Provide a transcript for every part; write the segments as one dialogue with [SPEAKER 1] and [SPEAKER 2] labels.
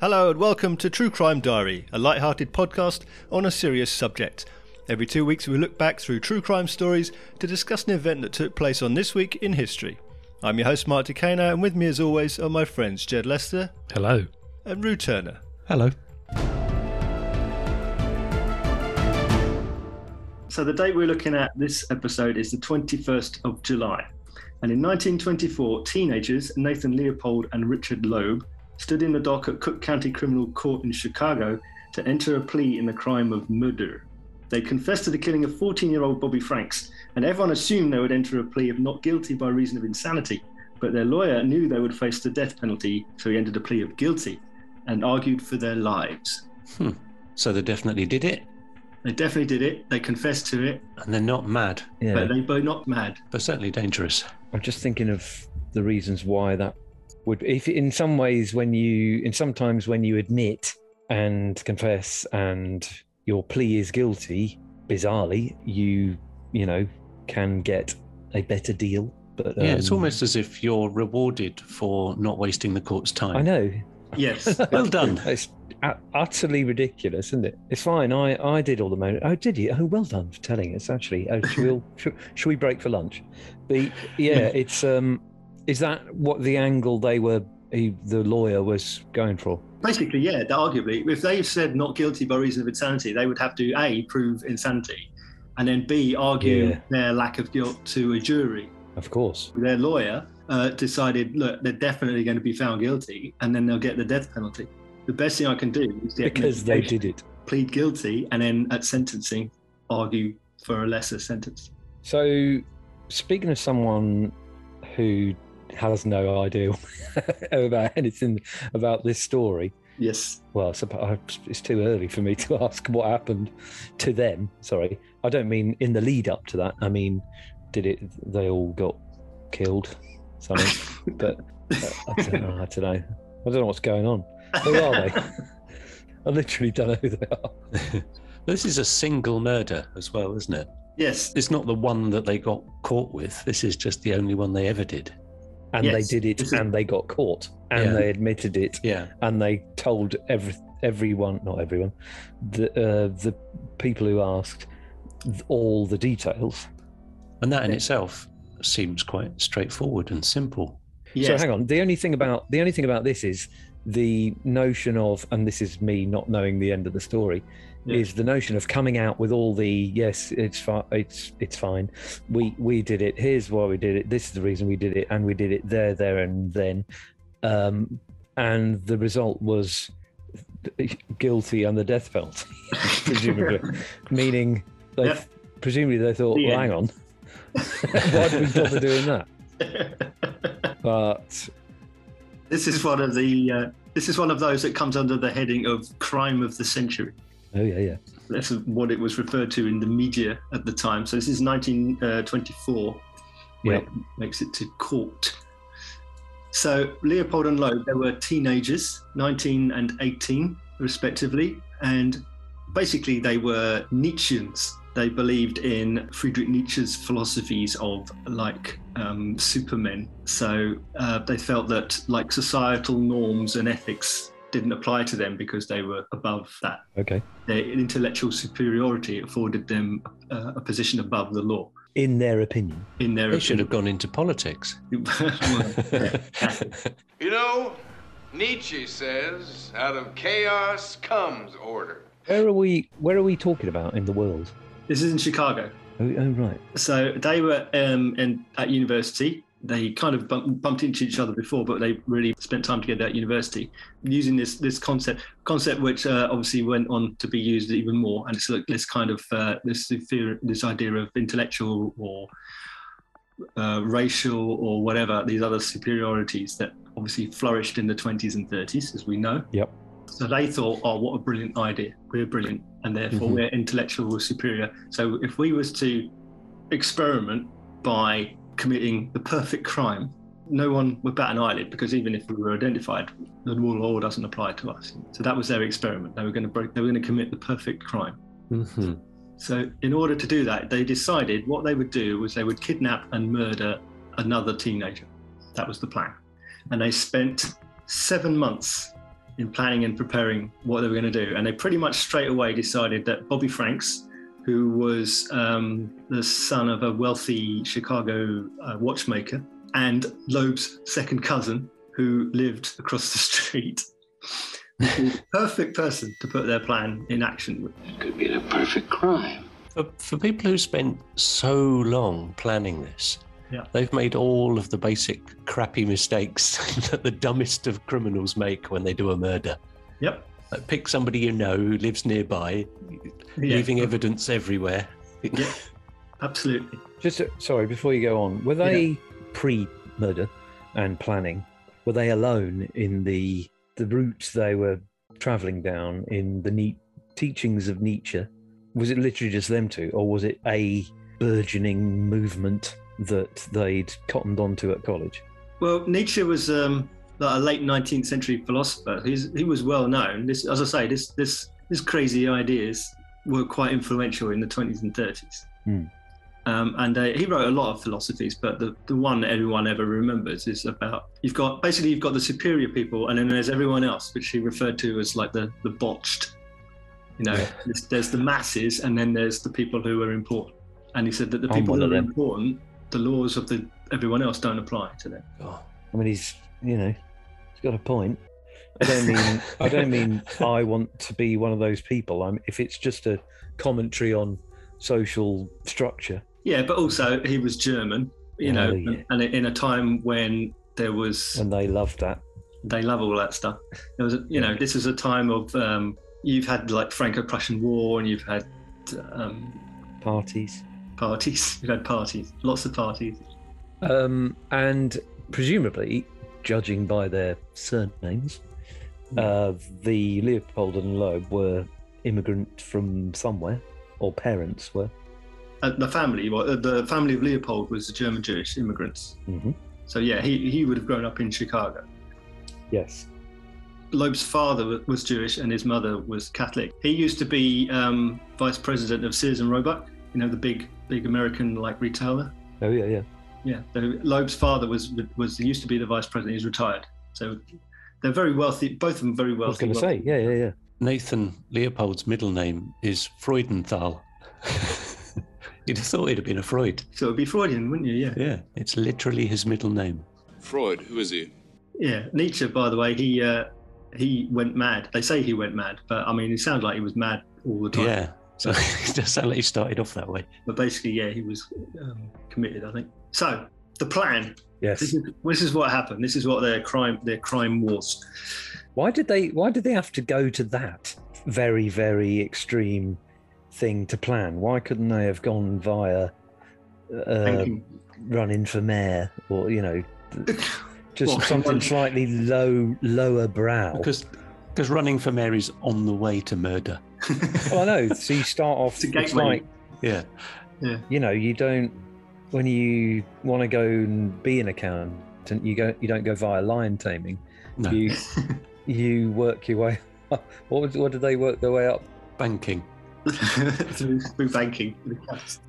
[SPEAKER 1] Hello and welcome to True Crime Diary, a light-hearted podcast on a serious subject. Every two weeks, we look back through true crime stories to discuss an event that took place on this week in history. I'm your host, Mark Decano, and with me, as always, are my friends Jed Lester
[SPEAKER 2] Hello.
[SPEAKER 1] and Rue Turner.
[SPEAKER 2] Hello.
[SPEAKER 1] So the date we're looking at this episode is the 21st of July. And in 1924, teenagers Nathan Leopold and Richard Loeb stood in the dock at Cook County Criminal Court in Chicago to enter a plea in the crime of murder. They confessed to the killing of 14 year old Bobby Franks, and everyone assumed they would enter a plea of not guilty by reason of insanity. But their lawyer knew they would face the death penalty, so he entered a plea of guilty and argued for their lives.
[SPEAKER 3] So they definitely did it,
[SPEAKER 1] They definitely did it, they confessed to it,
[SPEAKER 3] and they're not mad,
[SPEAKER 4] Yeah,
[SPEAKER 1] but they were not mad.
[SPEAKER 3] but certainly dangerous.
[SPEAKER 4] I'm just thinking of the reasons why that would. If in some ways, when you, in sometimes when you admit and confess, and your plea is guilty, bizarrely, you, you know, can get a better deal. But
[SPEAKER 3] yeah, it's
[SPEAKER 4] um,
[SPEAKER 3] almost as if you're rewarded for not wasting the court's time.
[SPEAKER 4] I know.
[SPEAKER 1] Yes.
[SPEAKER 3] Well done.
[SPEAKER 4] It's u- utterly ridiculous, isn't it? It's fine. I, I did all the moment. Oh, did you? Oh, well done for telling us. Actually, oh, should we all, should, should we break for lunch? The yeah, it's um, is that what the angle they were he, the lawyer was going for?
[SPEAKER 1] Basically, yeah, that arguably, if they've said not guilty by reason of insanity, they would have to A, prove insanity, and then B, argue
[SPEAKER 4] Yeah.
[SPEAKER 1] their lack of guilt to a jury.
[SPEAKER 4] Of course.
[SPEAKER 1] Their lawyer uh, decided, look, they're definitely going to be found guilty, and then they'll get the death penalty. The best thing I can do is get
[SPEAKER 4] Because they did it.
[SPEAKER 1] plead guilty and then at sentencing argue for a lesser sentence.
[SPEAKER 4] So, speaking of someone who has no idea about anything about this story,
[SPEAKER 1] Yes.
[SPEAKER 4] well, I suppo- I- it's too early for me to ask what happened to them. Sorry, I don't mean in the lead up to that. I mean, did it? They all got killed, something. but uh, I, don't know, I don't know. I don't know what's going on. Who are they? I literally don't know who they are.
[SPEAKER 3] this is a single murder as well, isn't it?
[SPEAKER 1] Yes.
[SPEAKER 3] It's not the one that they got caught with. This is just the only one they ever did.
[SPEAKER 4] And
[SPEAKER 1] Yes,
[SPEAKER 4] they did it,
[SPEAKER 1] this is-
[SPEAKER 4] and they got caught, and
[SPEAKER 3] Yeah.
[SPEAKER 4] they admitted it,
[SPEAKER 3] Yeah.
[SPEAKER 4] and they told every everyone, not everyone, the uh, the people who asked th- all the details.
[SPEAKER 3] And that in
[SPEAKER 1] Yeah.
[SPEAKER 3] itself seems quite straightforward and simple.
[SPEAKER 1] Yes.
[SPEAKER 4] So hang on. The only thing about the only thing about this is the notion of, and this is me not knowing the end of the story,
[SPEAKER 1] Yeah.
[SPEAKER 4] is the notion of coming out with all the yes, it's fine, it's it's fine. We we did it. Here's why we did it. This is the reason we did it, and we did it there, there, and then. Um, and the result was guilty under death penalty, presumably, meaning they
[SPEAKER 1] Yeah.
[SPEAKER 4] presumably they thought,
[SPEAKER 1] The
[SPEAKER 4] well,
[SPEAKER 1] end.
[SPEAKER 4] hang on, why did we bother doing that? But
[SPEAKER 1] This is one of the uh, this is one of those that comes under the heading of crime of the century.
[SPEAKER 4] oh yeah, yeah.
[SPEAKER 1] That's what it was referred to in the media at the time. So this is 1924 when
[SPEAKER 4] Yeah.
[SPEAKER 1] it makes it to court. So Leopold and Loeb, they were teenagers, 19 and 18 respectively, and basically they were Nietzscheans. They believed in Friedrich Nietzsche's philosophies of like um, supermen. So uh, they felt that like societal norms and ethics didn't apply to them because they were above that
[SPEAKER 4] Okay.
[SPEAKER 1] their intellectual superiority afforded them uh, a position above the law
[SPEAKER 4] in their opinion.
[SPEAKER 1] in their
[SPEAKER 3] They should have gone into politics.
[SPEAKER 5] You know, Nietzsche says, out of chaos comes order.
[SPEAKER 4] Where are we? Where are we talking about in the world?
[SPEAKER 1] this is in chicago
[SPEAKER 4] Oh, oh right.
[SPEAKER 1] so they were um, in, at university they kind of bump, bumped into each other before but they really spent time together at university using this this concept concept which uh, obviously went on to be used even more and it's like this kind of uh, this theory, this idea of intellectual or uh, racial or whatever these other superiorities that obviously flourished in the 20s and 30s as we know
[SPEAKER 4] Yep.
[SPEAKER 1] so they thought oh what a brilliant idea we're brilliant and therefore
[SPEAKER 3] Mhm.
[SPEAKER 1] we're intellectual superior so if we was to experiment by committing the perfect crime no one would bat an eyelid because even if we were identified the law doesn't apply to us so that was their experiment they were going to break they were going to commit the perfect crime
[SPEAKER 4] Mm-hmm.
[SPEAKER 3] Mhm.
[SPEAKER 1] so, in order to do that, they decided what they would do was they would kidnap and murder another teenager. That was the plan. And they spent seven months in planning and preparing what they were going to do. And they pretty much straight away decided that Bobby Franks, who was um, the son of a wealthy Chicago uh, watchmaker, and Loeb's second cousin, who lived across the street, was the perfect person to put their plan in action.
[SPEAKER 2] It could be the perfect crime.
[SPEAKER 3] For, for people who spent so long planning this,
[SPEAKER 1] Yeah.
[SPEAKER 3] they've made all of the basic crappy mistakes that the dumbest of criminals make when they do a murder.
[SPEAKER 1] Yep.
[SPEAKER 3] Like pick somebody you know who lives nearby,
[SPEAKER 1] Yeah,
[SPEAKER 3] leaving evidence everywhere.
[SPEAKER 1] absolutely.
[SPEAKER 4] Just uh, sorry, before you go on, were
[SPEAKER 1] Yeah.
[SPEAKER 4] they pre-murder and planning? Were they alone in the the route they were traveling down in the neat teachings of Nietzsche? Was it literally just them two, or was it a burgeoning movement that they'd cottoned onto at college?
[SPEAKER 1] Well, Nietzsche was um, like a late 19th century philosopher. He's, he was well known. This, as I say, this this his crazy ideas were quite influential in the 20s and 30s.
[SPEAKER 4] Hmm.
[SPEAKER 1] Um, and uh, he wrote a lot of philosophies, but the, the one that everyone ever remembers is about you've got basically you've got the superior people, and then there's everyone else, which he referred to as like the the botched. You know, there's, there's the masses, and then there's the people who are important. And he said that the
[SPEAKER 4] I'm
[SPEAKER 1] people
[SPEAKER 4] one
[SPEAKER 1] who
[SPEAKER 4] of
[SPEAKER 1] are
[SPEAKER 4] them.
[SPEAKER 1] important, the laws of the everyone else don't apply to them.
[SPEAKER 3] Oh.
[SPEAKER 4] I mean, he's you know, he's got a point. I don't mean I don't mean I want to be one of those people. I'm if it's just a commentary on social structure.
[SPEAKER 1] Yeah, but also he was German, you know,
[SPEAKER 4] Oh, yeah.
[SPEAKER 1] and in a time when there was,
[SPEAKER 4] and they love that.
[SPEAKER 1] they love all that stuff. There was, a, you know, this is a time of, um, you've had like Franco-Prussian War, and you've had um,
[SPEAKER 4] Parties.
[SPEAKER 1] parties, you've had parties, lots of parties.
[SPEAKER 4] Um, and presumably, judging by their surnames,
[SPEAKER 1] Hmm.
[SPEAKER 4] uh, the Leopold and Loeb were immigrant from somewhere, or parents were.
[SPEAKER 1] And the family, well, uh, the family of Leopold was the German Jewish immigrants.
[SPEAKER 4] Mhm.
[SPEAKER 1] So yeah, he he would have grown up in Chicago.
[SPEAKER 4] Yes.
[SPEAKER 1] Loeb's father wa- was Jewish and his mother was Catholic. He used to be um, vice president of Sears and Roebuck, you know, the big big American like retailer.
[SPEAKER 4] Oh yeah, yeah.
[SPEAKER 1] Yeah, the, Loeb's father was was used to be the vice president. He's retired, so they're very wealthy. Both of them very
[SPEAKER 4] I was
[SPEAKER 1] wealthy.
[SPEAKER 4] going to say, yeah, yeah, yeah.
[SPEAKER 3] Nathan Leopold's middle name is Freudenthal. You'd have thought he'd have been a Freud.
[SPEAKER 1] So it'd be Freudian, wouldn't you? Yeah.
[SPEAKER 3] Yeah, it's literally his middle name.
[SPEAKER 6] Freud, who is he?
[SPEAKER 1] Yeah. Nietzsche, by the way, he uh, he went mad. They say he went mad, but I mean, it sounded like he was mad all the time.
[SPEAKER 3] Yeah. So it does sound like he started off that way.
[SPEAKER 1] But basically, yeah, he was um, committed. I think. So the plan. This
[SPEAKER 4] Yes.
[SPEAKER 1] is, this is what happened. This is what their crime their crime was.
[SPEAKER 4] Why did they? Why did they have to go to that very, very extreme thing to plan? Why couldn't they have gone via uh,
[SPEAKER 1] Thank
[SPEAKER 4] running for mayor, or you know,
[SPEAKER 1] you.
[SPEAKER 4] just
[SPEAKER 1] Well,
[SPEAKER 4] something
[SPEAKER 1] one-
[SPEAKER 4] slightly low, lower brow?
[SPEAKER 3] Because because running for mayor is on the way to murder.
[SPEAKER 4] well, I know. So you start off.
[SPEAKER 1] It's a
[SPEAKER 4] It's,
[SPEAKER 1] gateway.
[SPEAKER 4] like
[SPEAKER 3] Yeah.
[SPEAKER 4] you know, you don't when you want to go and be an accountant, you go, you don't go via lion taming.
[SPEAKER 3] No.
[SPEAKER 4] You you work your way. Up. What was, what did they work their way up?
[SPEAKER 3] Banking.
[SPEAKER 1] through, through banking. through the caps.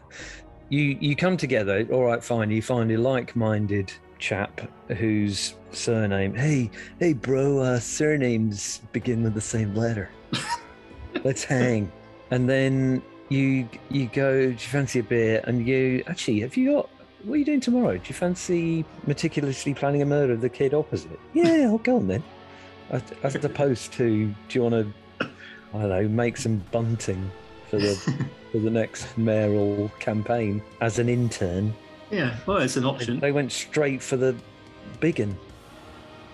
[SPEAKER 4] you you come together. All right, fine. You find a like-minded chap whose surname. Hey, hey, bro. Uh, surnames begin with the same letter. Let's hang. And then you you go. Do you fancy a beer? And you actually have you got. What are you doing tomorrow? Do you fancy meticulously planning a murder of the kid opposite? Yeah, I'll go on then. As, as opposed to, do you want to, I don't know, make some bunting for the for the next mayoral campaign as an intern.
[SPEAKER 1] Yeah, well, it's an option.
[SPEAKER 4] They went straight for the big un.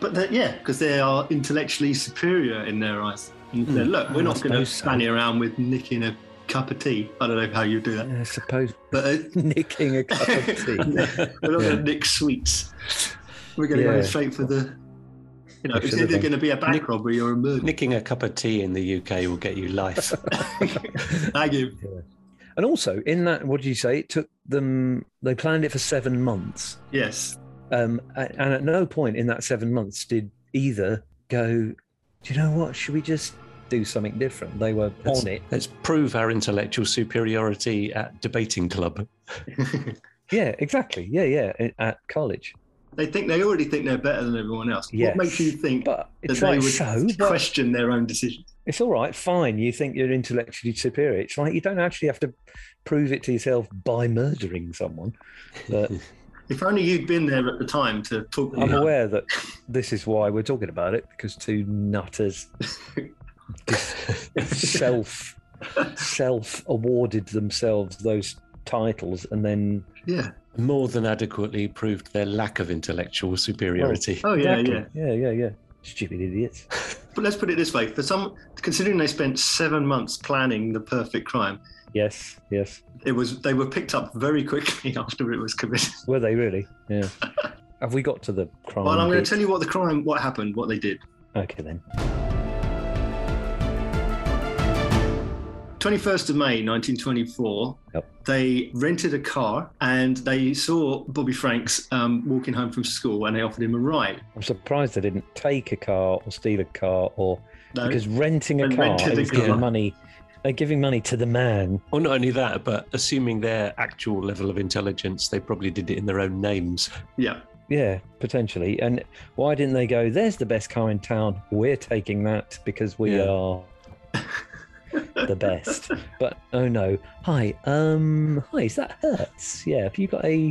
[SPEAKER 1] But they yeah, because they are intellectually superior in their eyes. And they look, we're
[SPEAKER 4] Hmm. I
[SPEAKER 1] not going to
[SPEAKER 4] suppose so.
[SPEAKER 1] fanny around with nicking a cup of tea. I don't know how you do that,
[SPEAKER 4] I suppose
[SPEAKER 1] but uh,
[SPEAKER 4] nicking a cup of
[SPEAKER 1] we're
[SPEAKER 4] tea.
[SPEAKER 1] not going to nick sweets. We're going to go
[SPEAKER 4] Yeah.
[SPEAKER 1] straight for the. You know,
[SPEAKER 4] Actually,
[SPEAKER 1] it's either
[SPEAKER 4] they-
[SPEAKER 1] going to be a bank
[SPEAKER 3] Nick-
[SPEAKER 1] robbery or a murder.
[SPEAKER 3] Nicking a cup of tea in the UK will get you life.
[SPEAKER 1] Thank you.
[SPEAKER 4] And also in that, what did you say? It took them. They planned it for seven months,
[SPEAKER 1] Yes.
[SPEAKER 4] um, a- and at no point in that seven months did either go. Do you know what? Should we just do something different? They were on it.
[SPEAKER 3] Let's prove our intellectual superiority at debating club.
[SPEAKER 4] Yeah, exactly. Yeah, yeah. i- At college,
[SPEAKER 1] They think they already think they're better than everyone else.
[SPEAKER 4] Yes,
[SPEAKER 1] What makes you think
[SPEAKER 4] But
[SPEAKER 1] that
[SPEAKER 4] it's
[SPEAKER 1] they
[SPEAKER 4] like
[SPEAKER 1] would
[SPEAKER 4] so. But
[SPEAKER 1] question their own decisions?
[SPEAKER 4] it's all right, fine. You think you're intellectually superior. It's like you don't actually have to prove it to yourself by murdering someone. But
[SPEAKER 1] If only you'd been there at the time to talk them
[SPEAKER 4] I'm
[SPEAKER 1] out.
[SPEAKER 4] aware that this is why we're talking about it because two nutters self self awarded themselves those titles and then
[SPEAKER 1] Yeah.
[SPEAKER 3] More than adequately proved their lack of intellectual superiority.
[SPEAKER 1] Oh yeah,
[SPEAKER 4] Exactly.
[SPEAKER 1] yeah.
[SPEAKER 4] yeah, yeah, yeah. Stupid idiots.
[SPEAKER 1] But let's put it this way: for some, considering they spent seven months planning the perfect crime,
[SPEAKER 4] Yes, yes.
[SPEAKER 1] it was they were picked up very quickly after it was committed.
[SPEAKER 4] Were they really? Yeah. Have we got to the crime?
[SPEAKER 1] Well, I'm going
[SPEAKER 4] bit?
[SPEAKER 1] to tell you what the crime, what happened, what they did.
[SPEAKER 4] Okay then.
[SPEAKER 1] 21st of May 1924,
[SPEAKER 4] Yep.
[SPEAKER 1] they rented a car and they saw Bobby Franks um, walking home from school and they offered him a ride.
[SPEAKER 4] I'm surprised they didn't take a car or steal a car or
[SPEAKER 1] No,
[SPEAKER 4] because renting a
[SPEAKER 1] They
[SPEAKER 4] car
[SPEAKER 1] rented
[SPEAKER 4] it
[SPEAKER 1] a
[SPEAKER 4] was
[SPEAKER 1] car.
[SPEAKER 4] giving money. They're giving money to the man.
[SPEAKER 3] Well, not only that, but assuming their actual level of intelligence, they probably did it in their own names.
[SPEAKER 1] yeah.
[SPEAKER 4] Yeah, potentially. And why didn't they go? There's the best car in town. We're taking that because we
[SPEAKER 3] Yeah.
[SPEAKER 4] are the best. But oh no. Hi. Um. Hi. Is that Hertz? Yeah. Have you got a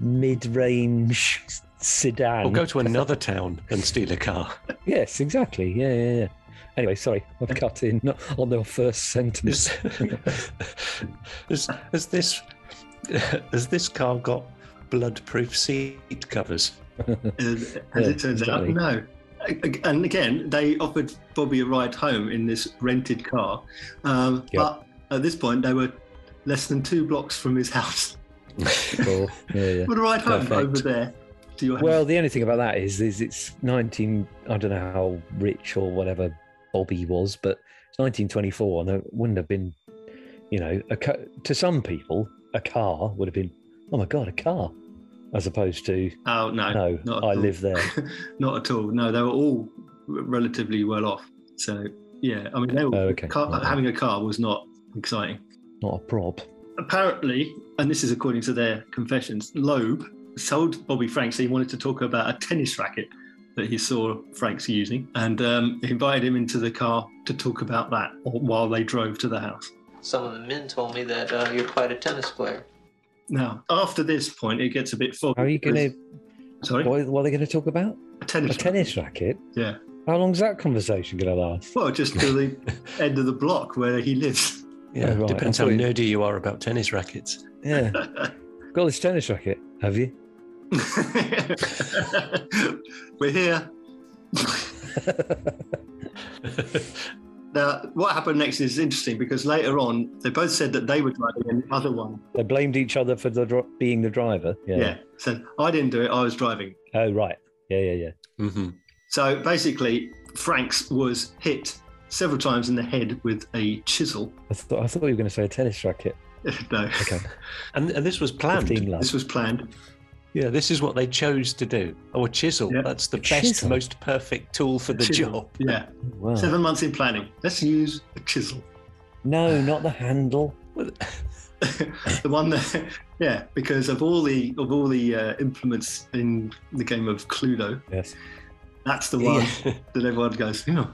[SPEAKER 4] mid-range sedan?
[SPEAKER 3] Or go to another town and steal a car.
[SPEAKER 4] Yes. Exactly. Yeah. Yeah. yeah. Anyway, sorry, I've cut in not on the first sentence.
[SPEAKER 3] Is, has, has this has this car got bloodproof seat covers?
[SPEAKER 1] As, as
[SPEAKER 4] Yeah,
[SPEAKER 1] it turns
[SPEAKER 4] exactly.
[SPEAKER 1] out, no. A- And again, they offered Bobby a ride home in this rented car. Um,
[SPEAKER 4] Yeah.
[SPEAKER 1] But at this point, they were less than two blocks from his house.
[SPEAKER 4] Cool. Yeah, yeah.
[SPEAKER 1] But a ride home
[SPEAKER 4] Perfect.
[SPEAKER 1] over there to your house.
[SPEAKER 4] Well, the only thing about that is, is it's 19. I don't know how rich or whatever Bobby was, but it's 1924, and there wouldn't have been, you know, a ca- to some people, a car would have been, oh my god, a car, as opposed to
[SPEAKER 1] oh, no.
[SPEAKER 4] no,
[SPEAKER 1] not at
[SPEAKER 4] I
[SPEAKER 1] all.
[SPEAKER 4] live there.
[SPEAKER 1] Not at all. No, they were all r- relatively well off. So yeah, I mean, they were,
[SPEAKER 4] Oh, okay.
[SPEAKER 1] car,
[SPEAKER 4] Right.
[SPEAKER 1] having a car was not exciting.
[SPEAKER 4] Not a prop.
[SPEAKER 1] Apparently, and this is according to their confessions, Loeb sold Bobby Franks. He wanted to talk about a tennis racket that he saw Franks using, and um, invited him into the car to talk about that while they drove to the house.
[SPEAKER 6] Some of the men told me that uh, you're quite a tennis player.
[SPEAKER 1] Now, after this point, it gets a bit foggy.
[SPEAKER 4] How are you going
[SPEAKER 1] because-
[SPEAKER 4] to?
[SPEAKER 1] Sorry,
[SPEAKER 4] What, what are they going to talk about?
[SPEAKER 1] a
[SPEAKER 4] A
[SPEAKER 1] tennis. racket.
[SPEAKER 4] tennis racket.
[SPEAKER 1] Yeah.
[SPEAKER 4] How long's that conversation going to last?
[SPEAKER 1] Well, just to the end of the block where he lives.
[SPEAKER 3] Yeah,
[SPEAKER 4] Oh, right,
[SPEAKER 3] depends
[SPEAKER 4] I
[SPEAKER 3] how
[SPEAKER 4] thought you-
[SPEAKER 3] nerdy you are about tennis rackets.
[SPEAKER 4] Yeah. Got this tennis racket? Have you?
[SPEAKER 1] We're here. Now, what happened next is interesting because later on, they both said that they were driving and the other one,
[SPEAKER 4] They blamed each other for the dri- being the driver.
[SPEAKER 1] yeah. said, I didn't do it, I was driving.
[SPEAKER 4] Oh right. Yeah. Yeah. Yeah.
[SPEAKER 3] hmm
[SPEAKER 1] So basically, Franks was hit several times in the head with a chisel.
[SPEAKER 4] I thought, I thought you were going to say a tennis racket.
[SPEAKER 1] no,
[SPEAKER 4] Okay.
[SPEAKER 3] And, and this was planned.
[SPEAKER 4] 15 love.
[SPEAKER 1] this was planned.
[SPEAKER 3] Yeah, this is what they chose to do. Oh, a chisel.
[SPEAKER 1] Yeah.
[SPEAKER 3] That's the
[SPEAKER 4] A
[SPEAKER 3] best,
[SPEAKER 4] chisel.
[SPEAKER 3] most perfect tool for the
[SPEAKER 1] Chisel.
[SPEAKER 3] job.
[SPEAKER 1] Yeah,
[SPEAKER 4] Wow.
[SPEAKER 1] seven months in planning. Let's use a chisel.
[SPEAKER 4] No, not the handle.
[SPEAKER 1] the one that, yeah, because of all the of all the uh, implements in the game of Cluedo,
[SPEAKER 4] Yes.
[SPEAKER 1] that's the one
[SPEAKER 3] Yeah.
[SPEAKER 1] that everyone goes, yeah,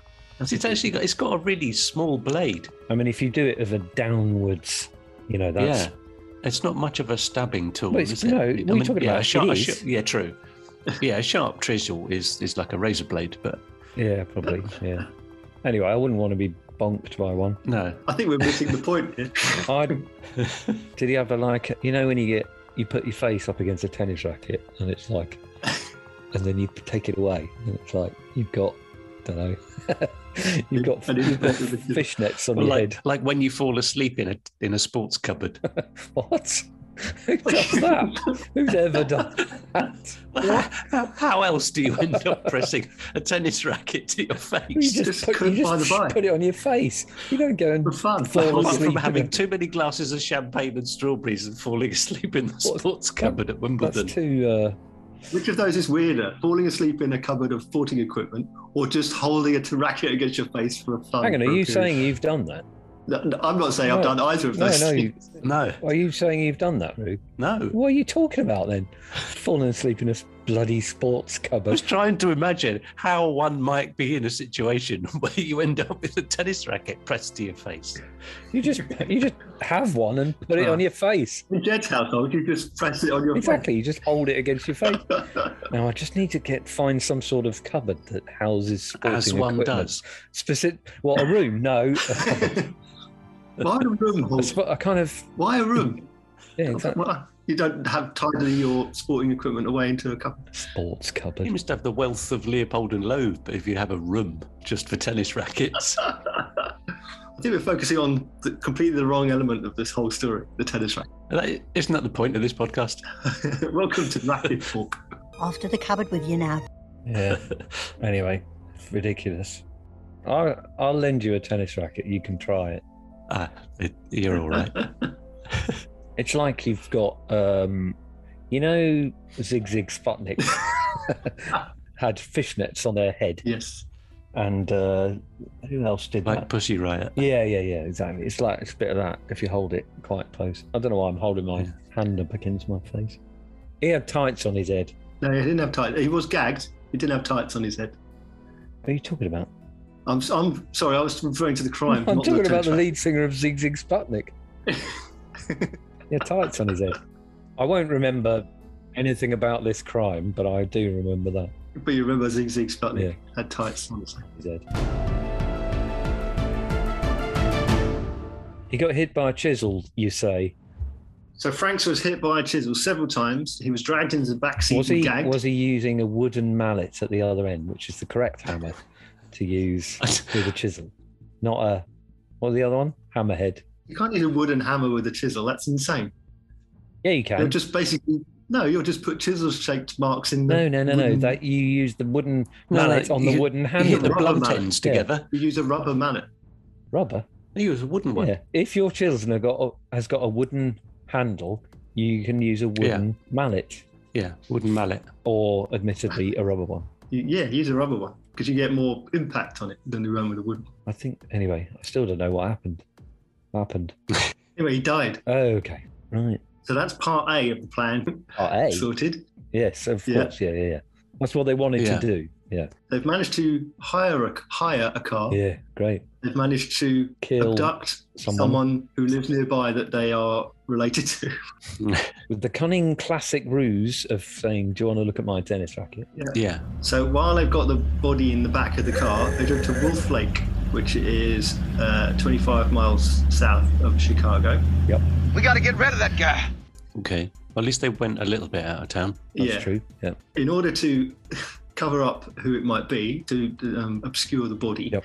[SPEAKER 1] that's
[SPEAKER 3] It's
[SPEAKER 1] a-
[SPEAKER 3] actually got, it's got a really small blade.
[SPEAKER 4] I mean, if you do it of a downwards, you know, that's.
[SPEAKER 3] yeah. It's not much of a stabbing tool,
[SPEAKER 4] Well,
[SPEAKER 3] is
[SPEAKER 4] it's-
[SPEAKER 3] it?
[SPEAKER 4] no,
[SPEAKER 3] I
[SPEAKER 4] what are you
[SPEAKER 3] mean,
[SPEAKER 4] talking
[SPEAKER 3] yeah,
[SPEAKER 4] about?
[SPEAKER 3] A sharp,
[SPEAKER 4] It
[SPEAKER 3] a sha-
[SPEAKER 4] is.
[SPEAKER 3] yeah, true. Yeah, a sharp chisel is, is like a razor blade, but
[SPEAKER 4] Yeah, probably. Yeah. Anyway, I wouldn't want to be bonked by one.
[SPEAKER 3] no.
[SPEAKER 1] I think we're missing the point here.
[SPEAKER 4] I Did he have a like, you know, when you get, you put your face up against a tennis racket and it's like, and then you take it away and it's like, you've got, don't know, you've got,
[SPEAKER 1] An
[SPEAKER 4] you've got
[SPEAKER 1] impressive-
[SPEAKER 4] fishnets on
[SPEAKER 3] Well,
[SPEAKER 4] your
[SPEAKER 3] like,
[SPEAKER 4] head.
[SPEAKER 3] like when you fall asleep in a in a sports cupboard.
[SPEAKER 4] What? Who does that? Who's ever done that?
[SPEAKER 3] how, how else do you end up pressing a tennis racket to your
[SPEAKER 4] You
[SPEAKER 3] face?
[SPEAKER 4] just,
[SPEAKER 1] just
[SPEAKER 4] put,
[SPEAKER 1] couldn't
[SPEAKER 4] you
[SPEAKER 1] find
[SPEAKER 4] just
[SPEAKER 1] the bike.
[SPEAKER 4] put it on your face. You don't go and
[SPEAKER 1] For fun.
[SPEAKER 4] fall
[SPEAKER 3] Apart
[SPEAKER 4] asleep
[SPEAKER 3] from
[SPEAKER 4] in
[SPEAKER 3] having
[SPEAKER 4] a-
[SPEAKER 3] too many glasses of champagne and strawberries and falling asleep in the sports cupboard at
[SPEAKER 4] That's
[SPEAKER 3] Wimbledon.
[SPEAKER 4] too. Uh,
[SPEAKER 1] Which of those is weirder? Falling asleep in a cupboard of sporting equipment or just holding a t- racket against your face for a fun?
[SPEAKER 4] hang on,
[SPEAKER 1] for
[SPEAKER 4] are
[SPEAKER 1] a
[SPEAKER 4] you
[SPEAKER 1] period?
[SPEAKER 4] saying you've done that?
[SPEAKER 1] No, no, I'm not saying I've
[SPEAKER 4] No.
[SPEAKER 1] done either of
[SPEAKER 4] No,
[SPEAKER 1] those.
[SPEAKER 4] no,
[SPEAKER 1] things.
[SPEAKER 4] you,
[SPEAKER 3] no,
[SPEAKER 4] are you saying you've done that, Rube?
[SPEAKER 3] No.
[SPEAKER 4] What are you talking about then? Falling asleep in a bloody
[SPEAKER 3] I
[SPEAKER 4] sports
[SPEAKER 3] was
[SPEAKER 4] cupboard.
[SPEAKER 3] trying to imagine how one might be in a situation where you end up with a tennis racket pressed to your face.
[SPEAKER 4] You just you just have one and put it
[SPEAKER 3] Ah.
[SPEAKER 4] on your face.
[SPEAKER 1] In Jed's household, you just press it on your
[SPEAKER 4] Exactly. You just hold it against your face.
[SPEAKER 1] face.
[SPEAKER 4] Now I just need to get find some sort of cupboard that houses sporting
[SPEAKER 3] As one
[SPEAKER 4] equipment.
[SPEAKER 3] does.
[SPEAKER 4] Specific. Well, a room? No.
[SPEAKER 1] Why a room?
[SPEAKER 4] a,
[SPEAKER 1] Hall?
[SPEAKER 4] sp- a kind of.
[SPEAKER 1] Why a room?
[SPEAKER 4] Yeah, exactly.
[SPEAKER 1] Why? You don't have tidily your sporting equipment away into a cupboard.
[SPEAKER 4] Sports
[SPEAKER 3] You
[SPEAKER 4] cupboard.
[SPEAKER 3] must have the wealth of Leopold and Loeb if you have a room just for tennis rackets.
[SPEAKER 1] I think we're focusing on the, completely the wrong element of this whole story, the tennis racket.
[SPEAKER 3] And that- Isn't that the point of this podcast?
[SPEAKER 1] Welcome to Rapid Talk.
[SPEAKER 7] Off to the cupboard with you now.
[SPEAKER 4] Yeah. Anyway, it's ridiculous. I'll, I'll lend you a tennis racket. You can try it.
[SPEAKER 3] Ah, it- you're all right.
[SPEAKER 4] It's like you've got, um, you know, Zig Zig Sputnik had fishnets on their head,
[SPEAKER 1] Yes.
[SPEAKER 4] and uh, who else did
[SPEAKER 3] Like
[SPEAKER 4] that?
[SPEAKER 3] Pussy Riot.
[SPEAKER 4] Yeah, yeah, yeah, exactly. It's like it's a bit of that if you hold it quite close. I don't know why I'm holding my hand up against my face. He had tights on his head.
[SPEAKER 1] No, he didn't have tights. He was gagged. He didn't have tights on his head.
[SPEAKER 4] What are you talking about?
[SPEAKER 1] I'm, I'm sorry, I was referring to the crime.
[SPEAKER 4] I'm
[SPEAKER 1] not
[SPEAKER 4] talking about
[SPEAKER 1] tennis
[SPEAKER 4] the
[SPEAKER 1] racket.
[SPEAKER 4] lead singer of Zig Zig Sputnik. yeah, tights on his head. I won't remember anything about this crime, but I do remember that.
[SPEAKER 1] But you remember Zig Zig Sputnik
[SPEAKER 4] Yeah.
[SPEAKER 1] had tights on his head.
[SPEAKER 4] His head. He got hit by a chisel, you say?
[SPEAKER 1] So Franks was hit by a chisel several times. He was dragged into the back seat
[SPEAKER 4] Was
[SPEAKER 1] and
[SPEAKER 4] he
[SPEAKER 1] gagged.
[SPEAKER 4] was he using a wooden mallet at the other end, which is the correct hammer to use with a chisel, not a what's the other one? Hammerhead.
[SPEAKER 1] You can't use a wooden hammer with a chisel. That's insane.
[SPEAKER 4] Yeah, you
[SPEAKER 1] You'll
[SPEAKER 4] can.
[SPEAKER 1] just basically no. You'll just put chisel-shaped marks in the.
[SPEAKER 4] No, no, no, no.
[SPEAKER 1] wooden-
[SPEAKER 4] That you use the wooden
[SPEAKER 3] No, no,
[SPEAKER 4] mallet on the
[SPEAKER 3] you-
[SPEAKER 4] wooden
[SPEAKER 3] You hit
[SPEAKER 4] handle.
[SPEAKER 3] the
[SPEAKER 1] Rubber
[SPEAKER 3] blunt
[SPEAKER 1] mallet.
[SPEAKER 3] ends
[SPEAKER 4] Yeah.
[SPEAKER 3] together.
[SPEAKER 1] you use a rubber mallet.
[SPEAKER 4] Rubber.
[SPEAKER 3] He was a wooden one.
[SPEAKER 4] Yeah. If your chisel have got a, has got a wooden handle, you can use a wooden mallet
[SPEAKER 3] yeah, wooden mallet.
[SPEAKER 4] or, admittedly, a rubber one.
[SPEAKER 1] You, yeah, use a rubber one because you get more impact on it than the one with a wooden. one.
[SPEAKER 4] I think. Anyway, I still don't know what happened. Happened.
[SPEAKER 1] Anyway, he died.
[SPEAKER 4] Oh, okay. Right.
[SPEAKER 1] So that's part A of the plan
[SPEAKER 4] Oh, A.
[SPEAKER 1] sorted.
[SPEAKER 4] yes, of
[SPEAKER 1] Yeah.
[SPEAKER 4] course. Yeah, yeah, yeah. That's what they wanted
[SPEAKER 3] Yeah.
[SPEAKER 4] to do. Yeah.
[SPEAKER 1] They've managed to hire a hire a car.
[SPEAKER 4] Yeah. Great.
[SPEAKER 1] They've managed to
[SPEAKER 4] Kill
[SPEAKER 1] abduct
[SPEAKER 4] someone.
[SPEAKER 1] someone who lives nearby that they are related to.
[SPEAKER 4] With the cunning classic ruse of saying, "Do you want to look at my tennis racket?"
[SPEAKER 3] Yeah.
[SPEAKER 1] So while they've got the body in the back of the car, they drove to Wolf Lake, which is uh, 25 miles south of Chicago.
[SPEAKER 5] We gotta get rid of that guy.
[SPEAKER 3] Okay. Well, at least they went a little bit out of town.
[SPEAKER 4] That's
[SPEAKER 1] yeah.
[SPEAKER 4] true. Yeah.
[SPEAKER 1] In order to cover up who it might be, to um, obscure the body,
[SPEAKER 4] Yep.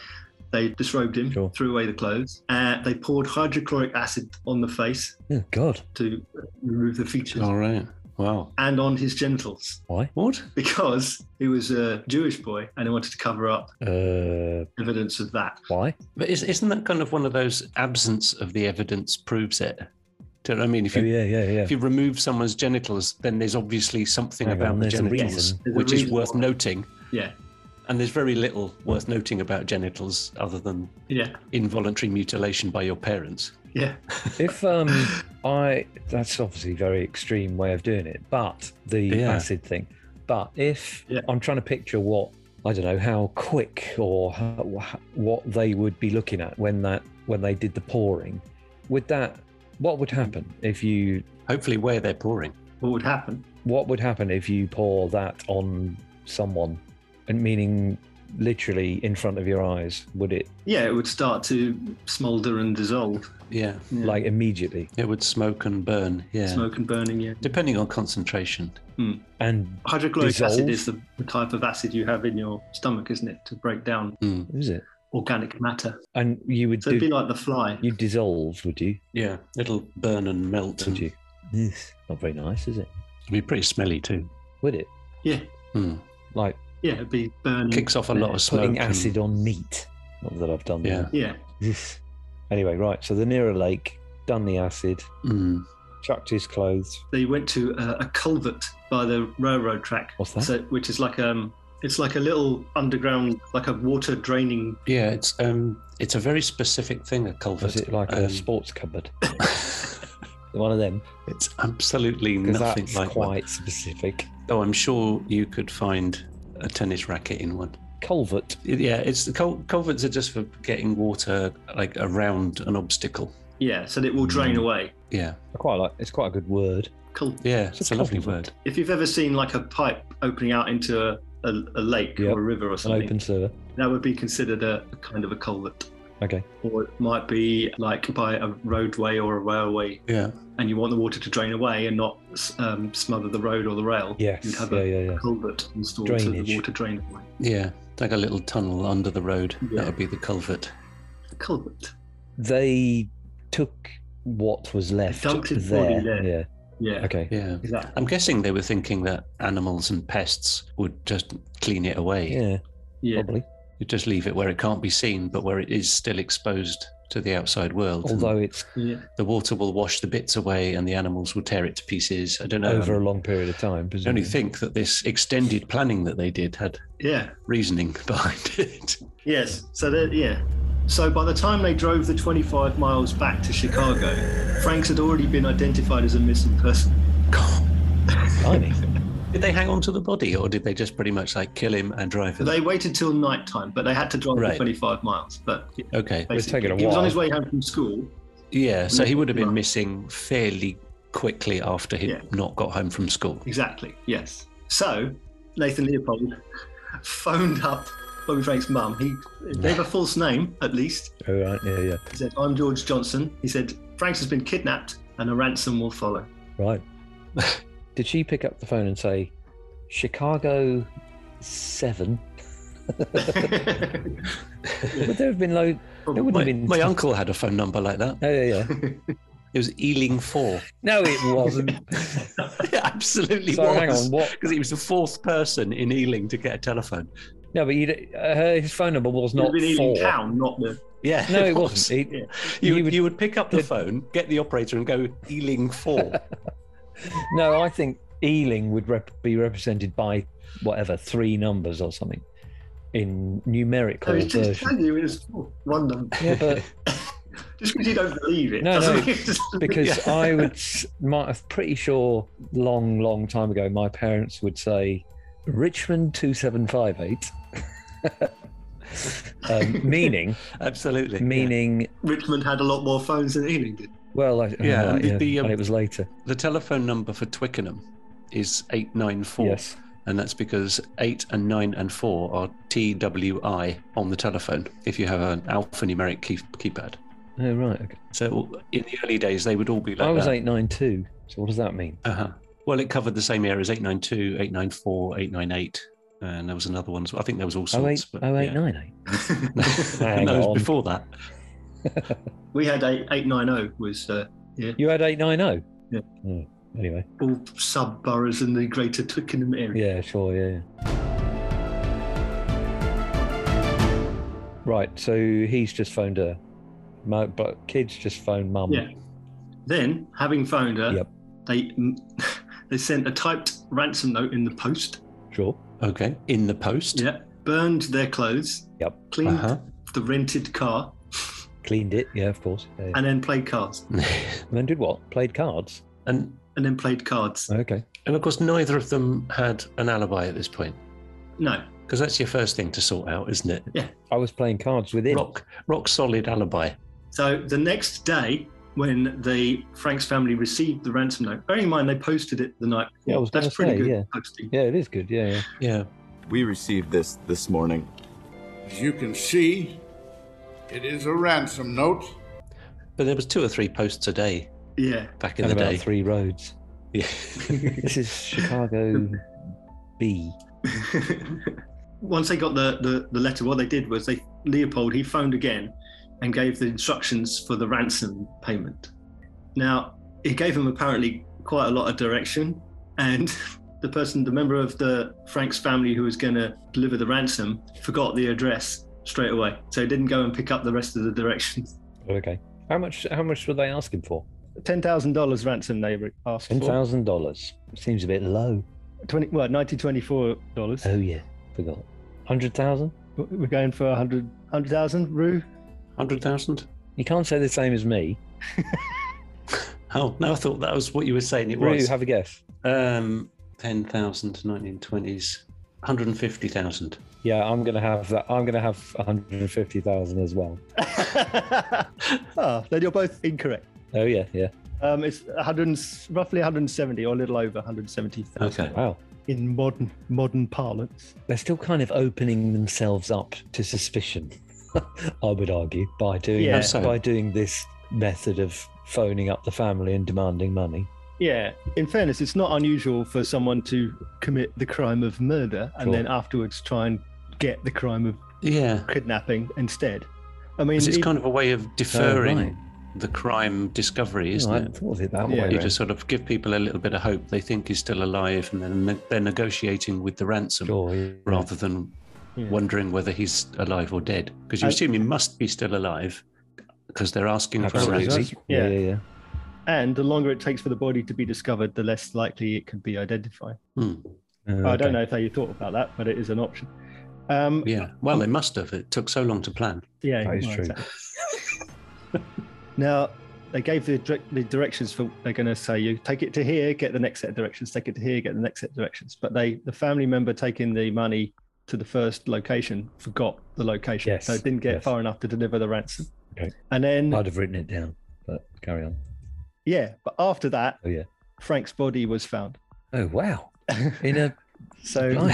[SPEAKER 1] they disrobed him,
[SPEAKER 4] Sure.
[SPEAKER 1] threw away the clothes, and they poured hydrochloric acid on the face
[SPEAKER 4] Oh God.
[SPEAKER 1] to uh, remove the features.
[SPEAKER 4] Oh.
[SPEAKER 3] All right. Wow.
[SPEAKER 1] And on his genitals
[SPEAKER 4] Why?
[SPEAKER 3] What?
[SPEAKER 1] because he was a Jewish boy and he wanted to cover up
[SPEAKER 4] Uh.
[SPEAKER 1] evidence of that.
[SPEAKER 4] Why?
[SPEAKER 3] But is, isn't that kind of one of those absence of the evidence proves it? Do you know what I mean? If
[SPEAKER 4] Oh,
[SPEAKER 3] you
[SPEAKER 4] yeah, yeah, yeah.
[SPEAKER 3] if you remove someone's genitals, then there's obviously something
[SPEAKER 4] Hang
[SPEAKER 3] about
[SPEAKER 4] on,
[SPEAKER 3] the
[SPEAKER 4] there's a
[SPEAKER 3] genitals
[SPEAKER 4] reason.
[SPEAKER 1] There's a
[SPEAKER 3] which is
[SPEAKER 1] reason
[SPEAKER 3] worth
[SPEAKER 1] why.
[SPEAKER 3] noting.
[SPEAKER 1] Yeah,
[SPEAKER 3] And there's very little worth noting about genitals other than
[SPEAKER 1] yeah,
[SPEAKER 3] involuntary mutilation by your parents.
[SPEAKER 1] yeah.
[SPEAKER 4] if um i that's obviously a very extreme way of doing it but the
[SPEAKER 3] Yeah.
[SPEAKER 4] acid thing but if
[SPEAKER 1] Yeah.
[SPEAKER 4] i'm trying to picture what i don't know how quick or how, wh- what they would be looking at when that when they did the pouring would that what would happen if you
[SPEAKER 3] Hopefully, where they're pouring.
[SPEAKER 1] What would happen?
[SPEAKER 4] what would happen if you pour that on someone and meaning literally in front of your eyes would it
[SPEAKER 1] Yeah, it would start to smoulder and dissolve.
[SPEAKER 3] Yeah.
[SPEAKER 1] Yeah.
[SPEAKER 4] like immediately
[SPEAKER 3] It would smoke and burn. Yeah.
[SPEAKER 1] smoke and burning. Yeah,
[SPEAKER 3] Depending on concentration.
[SPEAKER 4] and
[SPEAKER 1] hydrochloric acid
[SPEAKER 4] Dissolve?
[SPEAKER 1] is the, the type of acid you have in your stomach, isn't it, to break down
[SPEAKER 4] is it
[SPEAKER 1] organic matter?
[SPEAKER 4] and you would
[SPEAKER 1] So
[SPEAKER 4] do
[SPEAKER 1] it'd be like the fly.
[SPEAKER 4] you dissolve would you
[SPEAKER 3] Yeah. It'll burn and melt.
[SPEAKER 4] would
[SPEAKER 3] And it'll
[SPEAKER 4] you? Yes. Not very nice, is it?
[SPEAKER 3] be pretty smelly too.
[SPEAKER 4] Would it?
[SPEAKER 1] Yeah,
[SPEAKER 3] Mm.
[SPEAKER 4] Like
[SPEAKER 1] yeah, it'd be burning.
[SPEAKER 3] Kicks off a lot of smoke.
[SPEAKER 4] putting
[SPEAKER 3] and-
[SPEAKER 4] acid on meat. Not that I've done
[SPEAKER 3] Yeah.
[SPEAKER 1] Yeah,
[SPEAKER 4] that. anyway, right. So the nearer lake, done the acid,
[SPEAKER 3] Mm.
[SPEAKER 4] chucked his clothes.
[SPEAKER 1] they went to a, a culvert by the railroad track,
[SPEAKER 4] What's that?
[SPEAKER 1] so, which is like um, it's like a little underground, like a water draining.
[SPEAKER 3] Yeah. It's um. It's a very specific thing. A culvert.
[SPEAKER 4] Was it like a
[SPEAKER 3] Um,
[SPEAKER 4] sports cupboard? One of them.
[SPEAKER 3] It's absolutely
[SPEAKER 4] Because
[SPEAKER 3] nothing
[SPEAKER 4] that's
[SPEAKER 3] like one.
[SPEAKER 4] quite specific.
[SPEAKER 3] Oh, I'm sure you could find a tennis racket in one.
[SPEAKER 4] Culvert.
[SPEAKER 3] Yeah, it's the cul- culverts are just for getting water like around an obstacle.
[SPEAKER 1] Yeah, so that it will drain away.
[SPEAKER 3] Yeah,
[SPEAKER 4] I quite like it's quite a good word.
[SPEAKER 1] Cool.
[SPEAKER 3] yeah,
[SPEAKER 4] It's
[SPEAKER 3] it's,
[SPEAKER 4] a
[SPEAKER 3] a lovely
[SPEAKER 4] culvert.
[SPEAKER 3] word.
[SPEAKER 1] If you've ever seen like a pipe opening out into a, a, a lake
[SPEAKER 4] Yep.
[SPEAKER 1] or a river or
[SPEAKER 4] An
[SPEAKER 1] something,
[SPEAKER 4] open sewer.
[SPEAKER 1] that would be considered a, a kind of a culvert.
[SPEAKER 4] Okay.
[SPEAKER 1] Or it might be like by a roadway or a railway,
[SPEAKER 3] Yeah,
[SPEAKER 1] and you want the water to drain away and not um, smother the road or the rail.
[SPEAKER 4] Yes.
[SPEAKER 1] You'd have
[SPEAKER 4] Yeah,
[SPEAKER 1] a
[SPEAKER 4] yeah, yeah.
[SPEAKER 1] culvert installed so
[SPEAKER 4] Drainage.
[SPEAKER 1] the water drain away.
[SPEAKER 3] yeah, like a little tunnel under the road.
[SPEAKER 1] Yeah.
[SPEAKER 3] That would be the culvert.
[SPEAKER 1] Culvert.
[SPEAKER 4] They took what was left
[SPEAKER 1] dumped his
[SPEAKER 4] there.
[SPEAKER 1] body there.
[SPEAKER 4] Yeah.
[SPEAKER 1] Yeah.
[SPEAKER 4] Okay.
[SPEAKER 3] Yeah,
[SPEAKER 1] Exactly.
[SPEAKER 3] I'm guessing they were thinking that animals and pests would just clean it away.
[SPEAKER 4] Yeah,
[SPEAKER 1] Yeah.
[SPEAKER 4] probably.
[SPEAKER 3] You just leave it where it can't be seen, but where it is still exposed to the outside world. and
[SPEAKER 4] Although it's
[SPEAKER 1] Yeah.
[SPEAKER 3] the water will wash the bits away, and the animals will tear it to pieces. I don't know.
[SPEAKER 4] over
[SPEAKER 3] I
[SPEAKER 4] a long period of time.
[SPEAKER 3] Um, only
[SPEAKER 4] Presumably.
[SPEAKER 3] think that this extended planning that they did had
[SPEAKER 1] Yeah.
[SPEAKER 3] reasoning behind it.
[SPEAKER 1] Yes. So that yeah. So by the time they drove the 25 miles back to Chicago, Franks had already been identified as a missing person.
[SPEAKER 4] Blimey.
[SPEAKER 3] Did they hang on to the body, or did they just pretty much like kill him and drive him?
[SPEAKER 1] They waited till night time, but they had to drive
[SPEAKER 3] Right.
[SPEAKER 1] the 25 miles. But yeah,
[SPEAKER 3] Okay,
[SPEAKER 4] It's
[SPEAKER 1] basically,
[SPEAKER 4] taken a
[SPEAKER 1] he was on
[SPEAKER 4] while.
[SPEAKER 1] his way home from school.
[SPEAKER 3] yeah. So he would have been
[SPEAKER 1] Right.
[SPEAKER 3] missing fairly quickly after he'd
[SPEAKER 1] Yeah.
[SPEAKER 3] not got home from school.
[SPEAKER 1] Exactly. Yes. So Nathan Leopold phoned up Bobby Frank's mum. He gave a false name, at least.
[SPEAKER 4] All Oh, right. Yeah, yeah.
[SPEAKER 1] He said, "I'm George Johnson." He said, "Franks has been kidnapped, and a ransom will follow."
[SPEAKER 4] Right. Did she pick up the phone and say, Chicago 7? Would there have been low? There wouldn't
[SPEAKER 3] My,
[SPEAKER 4] have been.
[SPEAKER 3] my uncle had a phone number like that.
[SPEAKER 4] Oh, yeah, yeah.
[SPEAKER 3] It was Ealing Four.
[SPEAKER 4] No, it wasn't.
[SPEAKER 3] It absolutely
[SPEAKER 4] so
[SPEAKER 3] was.
[SPEAKER 4] hang on. What?
[SPEAKER 3] Because he was the fourth person in Ealing to get a telephone.
[SPEAKER 4] No, but you, d- uh, her- his phone number was
[SPEAKER 1] Not
[SPEAKER 4] not
[SPEAKER 1] been eating
[SPEAKER 4] four.
[SPEAKER 1] town, not the
[SPEAKER 3] Yeah.
[SPEAKER 4] No, it
[SPEAKER 3] was.
[SPEAKER 4] wasn't. He,
[SPEAKER 1] Yeah.
[SPEAKER 3] You,
[SPEAKER 4] You
[SPEAKER 3] would,
[SPEAKER 4] would-
[SPEAKER 3] you would pick up the phone, get the operator, and go Ealing Four.
[SPEAKER 4] No, I think Ealing would rep- be represented by whatever three numbers or something in
[SPEAKER 1] I
[SPEAKER 3] Oh,
[SPEAKER 4] numerical
[SPEAKER 1] was just
[SPEAKER 4] version.
[SPEAKER 1] telling you, it was oh, one number.
[SPEAKER 4] Yeah, but
[SPEAKER 1] Just because you don't believe it,
[SPEAKER 4] No,
[SPEAKER 1] doesn't
[SPEAKER 4] no,
[SPEAKER 1] mean it doesn't-
[SPEAKER 4] because I would, s- my, I'm pretty sure, long, long time ago, my parents would say Richmond two seven five eight, um, meaning
[SPEAKER 3] Absolutely. yeah.
[SPEAKER 4] meaning.
[SPEAKER 1] Richmond had a lot more phones than Ealing did.
[SPEAKER 4] Well, I,
[SPEAKER 3] Yeah,
[SPEAKER 4] yeah,
[SPEAKER 3] and the-
[SPEAKER 4] yeah,
[SPEAKER 3] the, um,
[SPEAKER 4] and it was later.
[SPEAKER 3] The telephone number for Twickenham is 894.
[SPEAKER 4] Yes,
[SPEAKER 3] And that's because 8 and 9 and 4 are TWI on the telephone if you have an alphanumeric key- keypad.
[SPEAKER 4] oh, right. Okay.
[SPEAKER 3] So in the early days, they would all be like
[SPEAKER 4] I was
[SPEAKER 3] that.
[SPEAKER 4] eight nine two. So what does that mean?
[SPEAKER 3] Uh-huh. Well, it covered the same area as 892, 894, 898. And there was another one. as well. I think there was all
[SPEAKER 4] Oh
[SPEAKER 3] sorts.
[SPEAKER 4] eight
[SPEAKER 3] but
[SPEAKER 4] oh eight
[SPEAKER 3] yeah.
[SPEAKER 4] nine eight. Hang
[SPEAKER 3] no, it
[SPEAKER 4] on.
[SPEAKER 3] was before that.
[SPEAKER 1] We had eight eight nine zero was uh,
[SPEAKER 4] You had eight nine oh.
[SPEAKER 1] Yeah.
[SPEAKER 4] Anyway,
[SPEAKER 1] all sub boroughs in the Greater Twickenham area.
[SPEAKER 4] yeah, sure, yeah. yeah. Right. So he's just phoned her, Mu- but kids just phoned mum.
[SPEAKER 1] Yeah. Then, having phoned her,
[SPEAKER 4] Yep.
[SPEAKER 1] they mm, they sent a typed ransom note in the post.
[SPEAKER 4] Sure.
[SPEAKER 3] Okay. In the post.
[SPEAKER 1] Yeah, burned their clothes.
[SPEAKER 4] Yep.
[SPEAKER 1] Cleaned
[SPEAKER 3] Uh-huh.
[SPEAKER 1] the rented car,
[SPEAKER 4] Cleaned it. Yeah, of course. Yeah. And
[SPEAKER 1] and then played cards.
[SPEAKER 4] then did what? Played cards.
[SPEAKER 3] and
[SPEAKER 1] And then played cards.
[SPEAKER 4] Okay.
[SPEAKER 3] and of course, neither of them had an alibi at this point
[SPEAKER 1] No,
[SPEAKER 3] because that's your first thing to sort out, isn't it?
[SPEAKER 4] I was playing cards with him.
[SPEAKER 3] Rock, rock solid alibi.
[SPEAKER 1] So the next day, when the Frank's family received the ransom note, bearing in mind they posted it the night
[SPEAKER 4] Yeah, I was
[SPEAKER 1] That's
[SPEAKER 4] gonna
[SPEAKER 1] pretty
[SPEAKER 4] say,
[SPEAKER 1] good
[SPEAKER 4] yeah.
[SPEAKER 1] posting.
[SPEAKER 4] Yeah, it is good. Yeah, yeah.
[SPEAKER 3] Yeah.
[SPEAKER 8] We received this this morning.
[SPEAKER 9] As you can see, it is a ransom note.
[SPEAKER 3] But there was two or three posts a day
[SPEAKER 1] Yeah,
[SPEAKER 3] back in
[SPEAKER 4] And
[SPEAKER 3] the
[SPEAKER 4] about
[SPEAKER 3] day.
[SPEAKER 4] three roads.
[SPEAKER 3] Yeah.
[SPEAKER 4] This is Chicago B.
[SPEAKER 1] Once they got the, the the letter, what they did was they Leopold he phoned again, and gave the instructions for the ransom payment. Now he gave him apparently quite a lot of direction, and the person, the member of the Frank's family who was going to deliver the ransom, forgot the address straight away, so he didn't go and pick up the rest of the directions.
[SPEAKER 4] Okay. How much? How much were they asking for?
[SPEAKER 1] ten thousand dollars ransom they were asked
[SPEAKER 4] Ten
[SPEAKER 1] for.
[SPEAKER 4] thousand dollars. Seems a bit low.
[SPEAKER 1] Twenty well, nineteen twenty four dollars.
[SPEAKER 4] Oh yeah, forgot. Hundred thousand.
[SPEAKER 1] We're going for a hundred hundred thousand rue.
[SPEAKER 3] 100,000?
[SPEAKER 4] You can't say the same as me.
[SPEAKER 3] Oh no, I thought that was what you were saying. It
[SPEAKER 4] Roo,
[SPEAKER 3] was
[SPEAKER 4] have a guess.
[SPEAKER 3] um, ten thousand, nineteen twenties, hundred and fifty thousand.
[SPEAKER 4] Yeah, I'm gonna have that. I'm gonna have 150,000 as well.
[SPEAKER 1] ah, then you're both incorrect.
[SPEAKER 4] Oh yeah, yeah.
[SPEAKER 1] Um, it's 100, and s- roughly 170 or a little over 170
[SPEAKER 3] Okay.
[SPEAKER 4] Wow.
[SPEAKER 1] in modern modern parlance.
[SPEAKER 4] They're still kind of opening themselves up to suspicion. I would argue by doing
[SPEAKER 1] Yeah.
[SPEAKER 3] So-
[SPEAKER 4] by doing this method of phoning up the family and demanding money.
[SPEAKER 1] Yeah. In fairness, it's not unusual for someone to commit the crime of murder and
[SPEAKER 4] Sure.
[SPEAKER 1] then afterwards try and get the crime of
[SPEAKER 3] Yeah,
[SPEAKER 1] kidnapping instead. I mean,
[SPEAKER 3] 'Cause it's
[SPEAKER 1] it-
[SPEAKER 3] kind of a way of deferring
[SPEAKER 4] Oh, right. Oh,
[SPEAKER 3] the crime discovery,
[SPEAKER 4] No,
[SPEAKER 3] isn't
[SPEAKER 4] I
[SPEAKER 3] it?
[SPEAKER 4] thought of it that
[SPEAKER 1] Yeah.
[SPEAKER 4] way.
[SPEAKER 3] You
[SPEAKER 4] around.
[SPEAKER 3] just sort of give people a little bit of hope. They think he's still alive, and then ne- they're negotiating with the ransom
[SPEAKER 4] Sure, yeah.
[SPEAKER 3] rather than
[SPEAKER 1] Yeah.
[SPEAKER 3] wondering whether he's alive or dead. Because you
[SPEAKER 1] I-
[SPEAKER 3] assume he must be still alive because they're asking for a ransom.
[SPEAKER 4] Absolutely. Yeah, yeah, yeah.
[SPEAKER 1] and the longer it takes for the body to be discovered, the less likely it could be identified.
[SPEAKER 3] Hmm,
[SPEAKER 4] Oh,
[SPEAKER 1] I
[SPEAKER 4] okay.
[SPEAKER 1] don't know if you thought about that, but it is an option. Um,
[SPEAKER 3] yeah. Well, they must have. It took so long to plan.
[SPEAKER 1] Yeah,
[SPEAKER 4] That is
[SPEAKER 1] well,
[SPEAKER 4] true.
[SPEAKER 1] exactly. now, they gave the, direc- the directions for they're going to say you take it to here, get the next set of directions. Take it to here, get the next set of directions. But they, the family member taking the money to the first location, forgot the location,
[SPEAKER 4] Yes,
[SPEAKER 1] so it didn't get
[SPEAKER 4] yes.
[SPEAKER 1] far enough to deliver the ransom.
[SPEAKER 4] Okay.
[SPEAKER 1] And then,
[SPEAKER 4] I'd have written it down, but carry on.
[SPEAKER 1] yeah, but after that,
[SPEAKER 4] Oh yeah.
[SPEAKER 1] Frank's body was found.
[SPEAKER 4] Oh wow. In a
[SPEAKER 1] So,
[SPEAKER 4] blimey.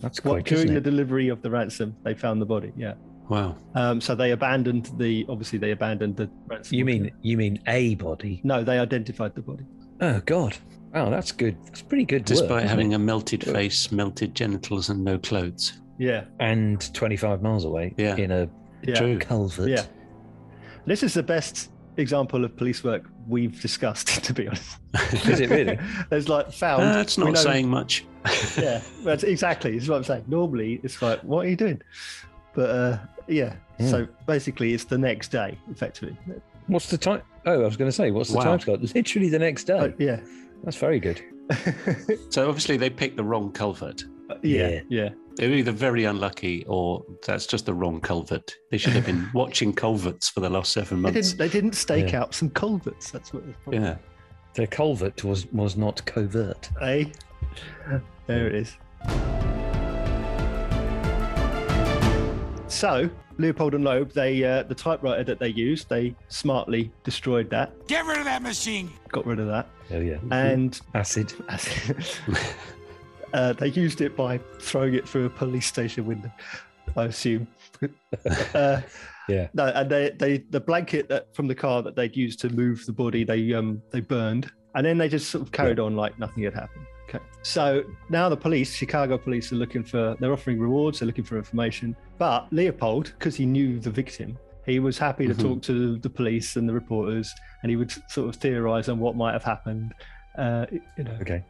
[SPEAKER 4] That's
[SPEAKER 1] what,
[SPEAKER 4] quick,
[SPEAKER 1] during
[SPEAKER 4] isn't
[SPEAKER 1] the
[SPEAKER 4] it?
[SPEAKER 1] delivery of the ransom, they found the body. Yeah.
[SPEAKER 3] Wow.
[SPEAKER 1] Um, so they abandoned the obviously they abandoned the ransom.
[SPEAKER 4] You mean you mean a body?
[SPEAKER 1] No, they identified the body.
[SPEAKER 4] Oh God! Wow, that's good. That's pretty good.
[SPEAKER 3] Despite
[SPEAKER 4] work, isn't
[SPEAKER 3] having
[SPEAKER 4] it?
[SPEAKER 3] a melted face, melted genitals, and no clothes.
[SPEAKER 1] Yeah.
[SPEAKER 4] and 25 miles away
[SPEAKER 3] Yeah.
[SPEAKER 4] in a
[SPEAKER 1] Yeah.
[SPEAKER 3] True.
[SPEAKER 4] culvert.
[SPEAKER 1] Yeah. This is the best example of police work we've discussed, to be honest.
[SPEAKER 4] Is it really?
[SPEAKER 1] There's like found.
[SPEAKER 3] That's
[SPEAKER 1] we
[SPEAKER 3] Ah, not
[SPEAKER 1] know-
[SPEAKER 3] saying much.
[SPEAKER 1] Yeah, that's exactly. Is what I'm saying. Normally, it's like, what are you doing? But uh, yeah. So basically, it's the next day, effectively.
[SPEAKER 4] What's the time? Oh, I was going to say, what's the
[SPEAKER 3] Wow.
[SPEAKER 4] time slot? Literally the next day.
[SPEAKER 1] Uh, yeah.
[SPEAKER 4] That's very good.
[SPEAKER 3] So obviously they picked the wrong culvert.
[SPEAKER 1] Uh, yeah.
[SPEAKER 4] Yeah.
[SPEAKER 1] Yeah.
[SPEAKER 3] They're either very unlucky or that's just the wrong culvert. They should have been watching culverts for the last seven
[SPEAKER 1] They
[SPEAKER 3] months.
[SPEAKER 1] didn't. They didn't stake
[SPEAKER 4] Yeah.
[SPEAKER 1] out some culverts. That's what.
[SPEAKER 3] Yeah.
[SPEAKER 4] The culvert was was not covert.
[SPEAKER 1] Hey. eh? There it is. So Leopold and Loeb, they uh, the typewriter that they used, they smartly destroyed that. Get rid of that
[SPEAKER 4] Oh yeah,
[SPEAKER 1] machine.
[SPEAKER 4] acid.
[SPEAKER 1] Got rid of that, and uh, they used it by throwing it through a police station window. I assume. uh,
[SPEAKER 4] Yeah.
[SPEAKER 1] No, and they, they the blanket that, from the car that they'd used to move the body, they um they burned, and then they just sort of carried on like nothing had happened. Okay. So now the police, Chicago police, are looking for. They're offering rewards. They're looking for information. But Leopold, because he knew the victim, he was happy to
[SPEAKER 3] Mhm.
[SPEAKER 1] talk to the police and the reporters, and he would sort of theorize on what might have happened. Uh, you know.
[SPEAKER 4] Okay.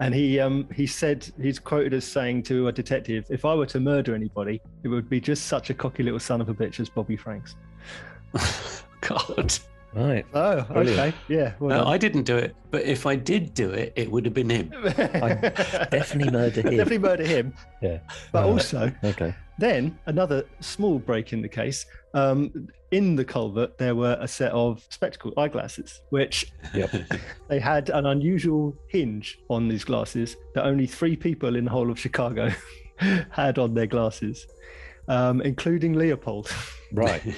[SPEAKER 1] And he um, he said he's quoted as saying to a detective, "If I were to murder anybody, it would be just such a cocky little son of a bitch as Bobby Franks."
[SPEAKER 3] God.
[SPEAKER 4] Right.
[SPEAKER 1] Oh,
[SPEAKER 4] Brilliant.
[SPEAKER 1] okay, yeah. well
[SPEAKER 3] No,
[SPEAKER 1] done.
[SPEAKER 3] I didn't do it. But if I did do it, it would have been him.
[SPEAKER 4] Definitely murder him.
[SPEAKER 1] definitely murder him.
[SPEAKER 4] Yeah.
[SPEAKER 1] But
[SPEAKER 4] Right.
[SPEAKER 1] also,
[SPEAKER 4] Okay.
[SPEAKER 1] then another small break in the case. Um, in the culvert, there were a set of spectacle eyeglasses, which
[SPEAKER 4] Yep.
[SPEAKER 1] they had an unusual hinge on these glasses that only three people in the whole of Chicago had on their glasses, um, including Leopold.
[SPEAKER 4] Right.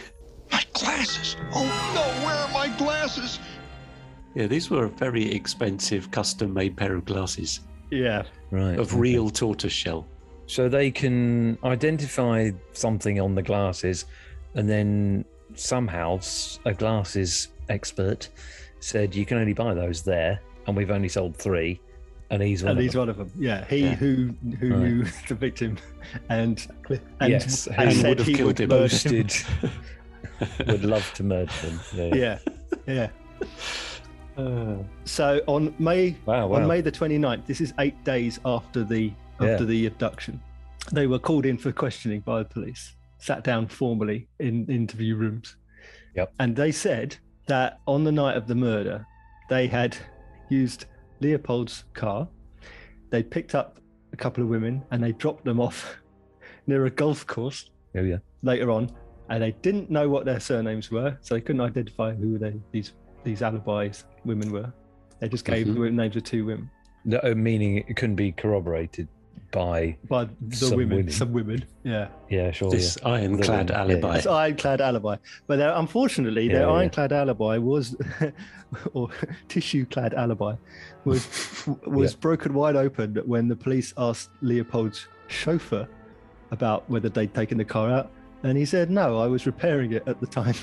[SPEAKER 5] My glasses! Oh no, where are my glasses?
[SPEAKER 3] Yeah, these were a very expensive custom made pair of glasses
[SPEAKER 1] yeah,
[SPEAKER 4] Right.
[SPEAKER 3] of real tortoise shell.
[SPEAKER 4] So they can identify something on the glasses, and then somehow s- a glasses expert said you can only buy those there, and we've only sold three, and he's one.
[SPEAKER 1] and
[SPEAKER 4] of
[SPEAKER 1] he's
[SPEAKER 4] them.
[SPEAKER 1] one of them. Yeah, he
[SPEAKER 3] Yeah.
[SPEAKER 1] who who
[SPEAKER 4] Right.
[SPEAKER 1] knew the victim, and and,
[SPEAKER 4] Yes,
[SPEAKER 1] and
[SPEAKER 4] who
[SPEAKER 1] said
[SPEAKER 3] would have
[SPEAKER 1] he
[SPEAKER 3] killed
[SPEAKER 1] would
[SPEAKER 3] him.
[SPEAKER 1] murder
[SPEAKER 4] boasted would love to murder them. Yeah.
[SPEAKER 1] Yeah, yeah. So on May
[SPEAKER 4] Wow.
[SPEAKER 1] on
[SPEAKER 4] Wow.
[SPEAKER 1] May the 29th, this is eight days after the
[SPEAKER 4] Yeah.
[SPEAKER 1] after the abduction, they were called in for questioning by the police, sat down formally in interview rooms.
[SPEAKER 4] Yep.
[SPEAKER 1] And they said that on the night of the murder, they had used Leopold's car. They picked up a couple of women and they dropped them off near a golf course
[SPEAKER 4] Oh, yeah.
[SPEAKER 1] later on, and they didn't know what their surnames were, so they couldn't identify who they these these alibis women were. They just gave
[SPEAKER 4] Mm-hmm.
[SPEAKER 1] the names of two women
[SPEAKER 4] No, uh, meaning it couldn't be corroborated by.
[SPEAKER 1] by the
[SPEAKER 4] Some
[SPEAKER 1] women,
[SPEAKER 4] women.
[SPEAKER 1] some women. Oh, Yeah,
[SPEAKER 4] Yeah, sure.
[SPEAKER 3] This ironclad
[SPEAKER 4] The wind, yeah.
[SPEAKER 3] alibi.
[SPEAKER 1] it's ironclad alibi. But their, unfortunately, their
[SPEAKER 4] Yeah, yeah.
[SPEAKER 1] ironclad alibi was, or tissue-clad alibi, was was broken wide open when the police asked Leopold's chauffeur about whether they'd taken the car out, and he said, "No, I was repairing it at the time."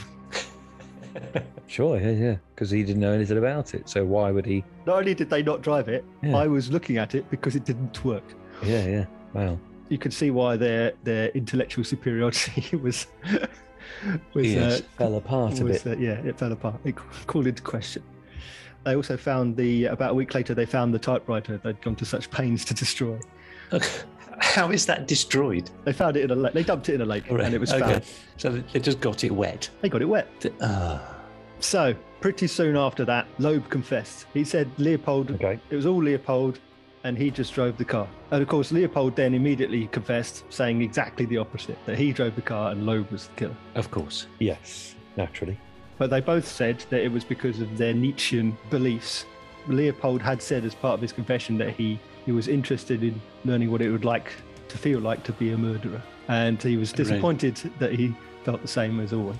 [SPEAKER 4] yeah. Sure, yeah, yeah. Because he didn't know anything about it. So why would he?
[SPEAKER 1] Not only did they not drive it,
[SPEAKER 4] Yeah.
[SPEAKER 1] I was looking at it because it didn't work.
[SPEAKER 4] Yeah, yeah. Wow.
[SPEAKER 1] you can see why their their intellectual superiority was was,
[SPEAKER 3] Yes.
[SPEAKER 4] Fell apart
[SPEAKER 1] uh,
[SPEAKER 4] a
[SPEAKER 1] was
[SPEAKER 4] bit.
[SPEAKER 1] uh, yeah it fell apart it c- called into question they also found the about a week later they found the typewriter they'd gone to such pains to destroy
[SPEAKER 3] How is that destroyed?
[SPEAKER 1] they found it in a lake they dumped it in a lake and it was found
[SPEAKER 3] So they just got it wet.
[SPEAKER 1] they got it wet
[SPEAKER 3] Th- ah.
[SPEAKER 1] so pretty soon after that loeb confessed he said leopold
[SPEAKER 4] Okay.
[SPEAKER 1] It was all Leopold, and he just drove the car. And of course, Leopold then immediately confessed, saying exactly the opposite that he drove the car and Loeb was the killer.
[SPEAKER 3] of course.
[SPEAKER 4] Yes, naturally.
[SPEAKER 1] But they both said that it was because of their Nietzschean beliefs. Leopold had said as part of his confession that he, he was interested in learning what it would like to feel like to be a murderer. And he was disappointed that he felt the same as always.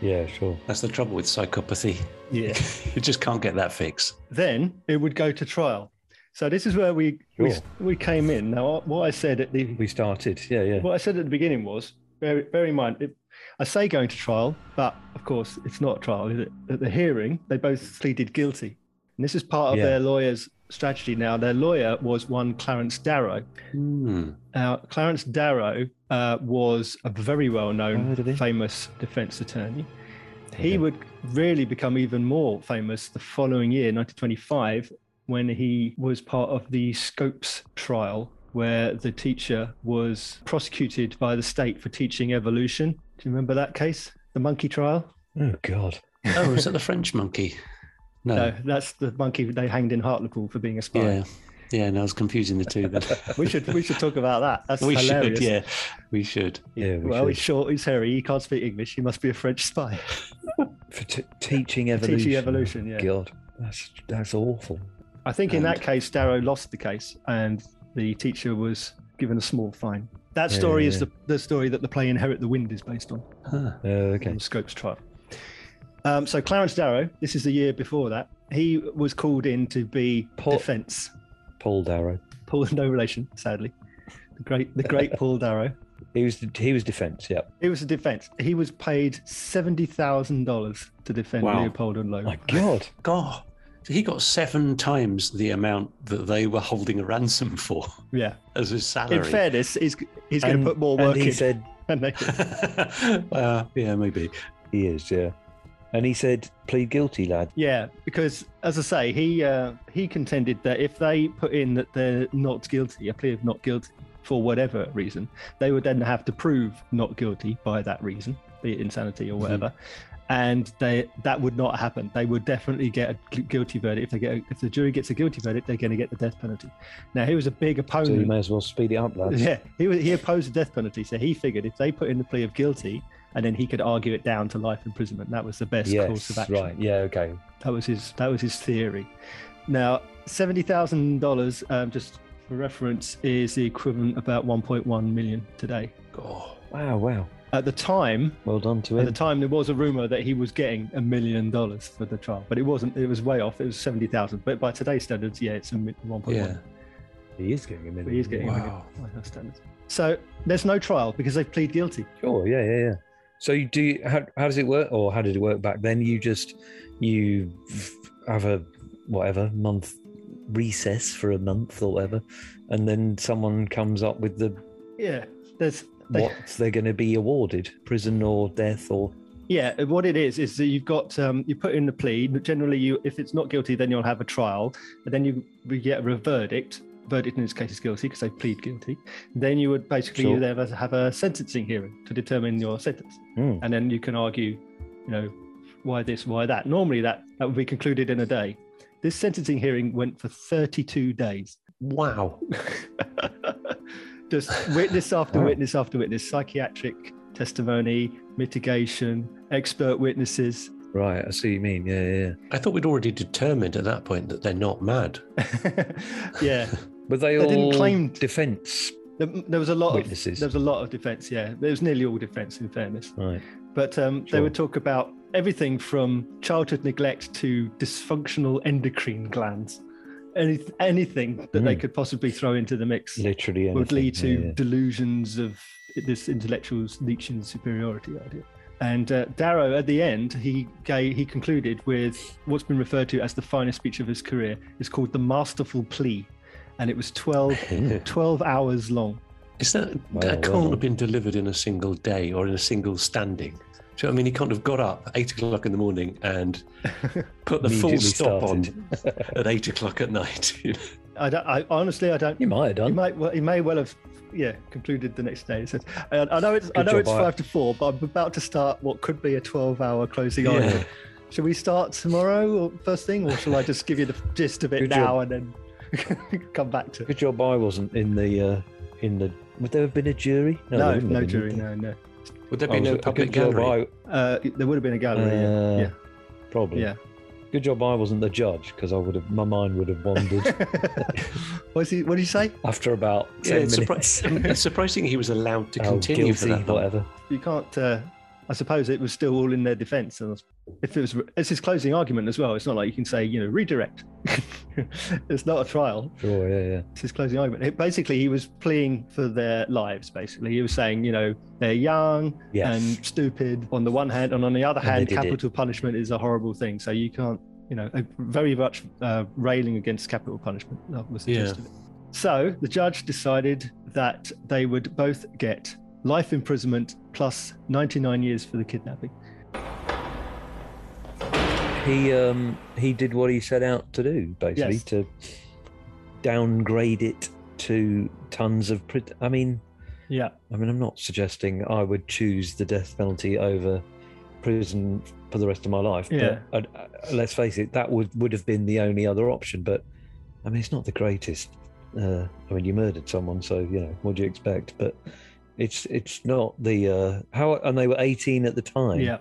[SPEAKER 4] Yeah, sure.
[SPEAKER 3] That's the trouble with psychopathy.
[SPEAKER 1] Yeah.
[SPEAKER 3] You just can't get that fix.
[SPEAKER 1] then it would go to trial. So this is where we, we,
[SPEAKER 4] Sure.
[SPEAKER 1] we came in. Now, what I said at the
[SPEAKER 4] We started. Yeah, yeah.
[SPEAKER 1] What I said at the beginning was bear, bear in mind, it, I say going to trial, but of course it's not a trial. Is it? At the hearing, they both pleaded guilty. And this is part of
[SPEAKER 4] Yeah.
[SPEAKER 1] their lawyer's strategy now. Their lawyer was one Clarence Darrow.
[SPEAKER 3] Hmm.
[SPEAKER 1] Now, Uh, Clarence Darrow uh, was a very well known,
[SPEAKER 4] Heard of him.
[SPEAKER 1] famous defense attorney.
[SPEAKER 4] Yeah.
[SPEAKER 1] He would really become even more famous the following year, 1925, when he was part of the Scopes trial, where the teacher was prosecuted by the state for teaching evolution. Do you remember that case? The monkey trial?
[SPEAKER 4] Oh God.
[SPEAKER 3] Oh, is that the French monkey? No.
[SPEAKER 1] No, that's the monkey they hanged in Hartlepool for being a spy.
[SPEAKER 3] Yeah. Yeah, no, I was confusing the two then.
[SPEAKER 1] We should we should talk about that. That's
[SPEAKER 3] we
[SPEAKER 1] hilarious.
[SPEAKER 3] should, yeah. We should.
[SPEAKER 4] Yeah. We
[SPEAKER 1] well,
[SPEAKER 4] should.
[SPEAKER 1] he's short, he's hairy, he can't speak English, he must be a French spy.
[SPEAKER 4] for t- teaching evolution. Oh,
[SPEAKER 1] Teaching evolution, yeah.
[SPEAKER 4] God, that's that's awful.
[SPEAKER 1] I think in
[SPEAKER 3] And-
[SPEAKER 1] that case, Darrow lost the case, and the teacher was given a small fine. That
[SPEAKER 4] Yeah,
[SPEAKER 1] story
[SPEAKER 4] yeah,
[SPEAKER 1] is the, the story that the play Inherit the Wind is based on,
[SPEAKER 3] Huh.
[SPEAKER 4] Oh,
[SPEAKER 1] on
[SPEAKER 4] okay.
[SPEAKER 1] the Scopes trial. Um, so Clarence Darrow, this is the year before that, he was called in to be
[SPEAKER 4] Paul-
[SPEAKER 1] defence.
[SPEAKER 4] Paul Darrow.
[SPEAKER 1] Paul, no relation, sadly. The great, the great Paul Darrow.
[SPEAKER 4] He was he was defence. Yeah.
[SPEAKER 1] He was a defence. He was paid seventy thousand dollars to defend
[SPEAKER 3] Wow.
[SPEAKER 1] Leopold and Loeb.
[SPEAKER 4] My God.
[SPEAKER 3] God. He got seven times the amount that they were holding a ransom for
[SPEAKER 1] yeah.
[SPEAKER 3] as his salary.
[SPEAKER 1] In fairness, he's he's going
[SPEAKER 4] And-
[SPEAKER 1] to put more
[SPEAKER 4] and
[SPEAKER 1] work
[SPEAKER 4] he
[SPEAKER 1] in.
[SPEAKER 4] said
[SPEAKER 1] and they-
[SPEAKER 3] uh, yeah, maybe.
[SPEAKER 4] he is. Yeah. And he said, "Plead guilty, lad."
[SPEAKER 1] Yeah, because as I say, he uh, he contended that if they put in that they're not guilty, a plea of not guilty for whatever reason, they would then have to prove not guilty by that reason, be it insanity or
[SPEAKER 4] Mm-hmm.
[SPEAKER 1] whatever, and they that would not happen. They would definitely get a gu- guilty verdict if they get a, if the jury gets a guilty verdict, they're going to get the death penalty. Now he was a big
[SPEAKER 4] So you
[SPEAKER 1] opponent.
[SPEAKER 4] may as well speed it up, lad.
[SPEAKER 1] yeah, he was, he opposed the death penalty, so he figured if they put in the plea of guilty, and then he could argue it down to life imprisonment. That was the best course of
[SPEAKER 4] Yes.
[SPEAKER 1] action.
[SPEAKER 4] Right. Yeah. Okay.
[SPEAKER 1] That was his. That was his theory. Now, seventy thousand dollars, um, just for reference, is the equivalent about one point one million today.
[SPEAKER 3] God.
[SPEAKER 4] Wow. Wow.
[SPEAKER 1] At the time,
[SPEAKER 4] Well done to
[SPEAKER 1] at the
[SPEAKER 4] him.
[SPEAKER 1] time, there was a rumor that he was getting a million dollars for the trial, but it wasn't. It was way off. It was seventy thousand. But by today's standards, yeah, it's a one point
[SPEAKER 3] Yeah.
[SPEAKER 1] one.
[SPEAKER 4] He is getting a million.
[SPEAKER 1] He is getting a million
[SPEAKER 3] Wow.
[SPEAKER 1] by those standards. So there's no trial because they plead guilty.
[SPEAKER 4] Sure. Yeah. Yeah. Yeah. So you do. you- How, how does it work, or how did it work back then? You just you have a whatever month recess for a month or whatever, and then someone comes up with the
[SPEAKER 1] Yeah, there's. They,
[SPEAKER 4] what they're going to be awarded: prison or death or
[SPEAKER 1] Yeah, uh, what it is is that you've got um, you put in the plea. Generally, you if it's not guilty, then you'll have a trial, and then you we get a verdict. Verdict in this case is guilty because they plead guilty. Then you would basically
[SPEAKER 4] Sure.
[SPEAKER 1] you then have a- have a sentencing hearing to determine your sentence,
[SPEAKER 4] Hmm.
[SPEAKER 1] and then you can argue, you know, why this, why that. Normally, that that would be concluded in a day. This sentencing hearing went for 32 days.
[SPEAKER 3] Wow.
[SPEAKER 1] Just witness after
[SPEAKER 4] Wow.
[SPEAKER 1] witness after witness, psychiatric testimony, mitigation, expert witnesses.
[SPEAKER 4] Right, I see what you mean. Yeah, yeah. yeah.
[SPEAKER 3] I thought we'd already determined at that point that they're not mad.
[SPEAKER 1] yeah,
[SPEAKER 4] But they,
[SPEAKER 1] They
[SPEAKER 4] all
[SPEAKER 1] didn't claim-
[SPEAKER 4] defense
[SPEAKER 1] there, there was a lot
[SPEAKER 4] Witnesses.
[SPEAKER 1] of there was a lot of defense. Yeah, there was nearly all defense in fairness.
[SPEAKER 4] Right.
[SPEAKER 1] But um,
[SPEAKER 4] Sure.
[SPEAKER 1] they would talk about everything from childhood neglect to dysfunctional endocrine glands. Any, anything that they
[SPEAKER 4] Mm.
[SPEAKER 1] could possibly throw into the mix
[SPEAKER 4] Literally anything.
[SPEAKER 1] would lead to
[SPEAKER 4] Yeah, yeah.
[SPEAKER 1] delusions of this intellectual's Nietzschean superiority idea. And uh, Darrow, at the end, he gave, he concluded with what's been referred to as the finest speech of his career. It's called the Masterful Plea, and it was 12, 12 hours long.
[SPEAKER 3] Is that
[SPEAKER 4] Hmm. Well,
[SPEAKER 3] that can't
[SPEAKER 4] well done.
[SPEAKER 3] have been delivered in a single day or in a single standing? Do you know what I mean? He can't have got up at eight o'clock in the morning and put the full
[SPEAKER 4] Immediately
[SPEAKER 3] stop
[SPEAKER 4] started.
[SPEAKER 3] on at eight o'clock at night.
[SPEAKER 1] I, don't- I honestly, I don't.
[SPEAKER 4] You might have
[SPEAKER 1] He
[SPEAKER 4] done.
[SPEAKER 1] might well, he may well have, yeah, concluded the next day. He said, I, I know it's I
[SPEAKER 4] Good
[SPEAKER 1] know
[SPEAKER 4] job,
[SPEAKER 1] it's
[SPEAKER 4] Art.
[SPEAKER 1] five to four, but I'm about to start what could be a twelve-hour closing
[SPEAKER 3] Yeah.
[SPEAKER 1] argument. Should we start tomorrow or first thing, or shall I just give you the gist of it
[SPEAKER 4] Good
[SPEAKER 1] now and then come back to it?
[SPEAKER 4] Good job I wasn't in the uh, in the. Would there have been a jury? there
[SPEAKER 1] No,
[SPEAKER 4] wouldn't have
[SPEAKER 1] no
[SPEAKER 4] been,
[SPEAKER 1] jury,
[SPEAKER 4] would there?
[SPEAKER 1] no, no.
[SPEAKER 3] Would there
[SPEAKER 4] I
[SPEAKER 3] be
[SPEAKER 4] was-
[SPEAKER 3] no
[SPEAKER 4] a
[SPEAKER 3] public
[SPEAKER 4] good job
[SPEAKER 3] gallery?
[SPEAKER 1] Uh, there would have been a gallery. yeah.
[SPEAKER 4] Uh,
[SPEAKER 1] yeah.
[SPEAKER 4] Probably.
[SPEAKER 1] Yeah.
[SPEAKER 4] Good job I wasn't the judge because I would have my mind would have wandered
[SPEAKER 1] What's he, what did you say?
[SPEAKER 4] after about
[SPEAKER 3] Yeah,
[SPEAKER 4] ten
[SPEAKER 3] it's,
[SPEAKER 4] minutes.
[SPEAKER 3] surprising, it's surprising he was allowed to
[SPEAKER 4] Oh,
[SPEAKER 3] continue for
[SPEAKER 4] guilty,
[SPEAKER 3] that long.
[SPEAKER 4] whatever.
[SPEAKER 1] You can't. Uh, I suppose it was still all in their defence. And if it was, it's his closing argument as well. It's not like you can say, you know, redirect. it's not a trial.
[SPEAKER 4] Sure, yeah, yeah.
[SPEAKER 1] It's his closing argument. It, basically, he was pleading for their lives. Basically, he was saying, you know, they're young
[SPEAKER 4] Yes.
[SPEAKER 1] and stupid on the one hand, and on the other
[SPEAKER 4] And they
[SPEAKER 1] hand,
[SPEAKER 4] did it.
[SPEAKER 1] capital punishment is a horrible thing. So you can't, you know, uh, very much uh, railing against capital punishment. That was the
[SPEAKER 3] Yeah.
[SPEAKER 1] gist of it. So the judge decided that they would both get life imprisonment plus 99 years for the kidnapping.
[SPEAKER 4] he um he did what he set out to do basically
[SPEAKER 1] Yes.
[SPEAKER 4] to downgrade it to tons of pr- i mean
[SPEAKER 1] Yeah,
[SPEAKER 4] i mean i'm not suggesting i would choose the death penalty over prison for the rest of my life
[SPEAKER 1] Yeah.
[SPEAKER 4] but uh, uh, let's face it that would would have been the only other option but i mean it's not the greatest uh, i mean you murdered someone so you know what do you expect but it's it's not the uh how and they were 18 at the time
[SPEAKER 1] yeah,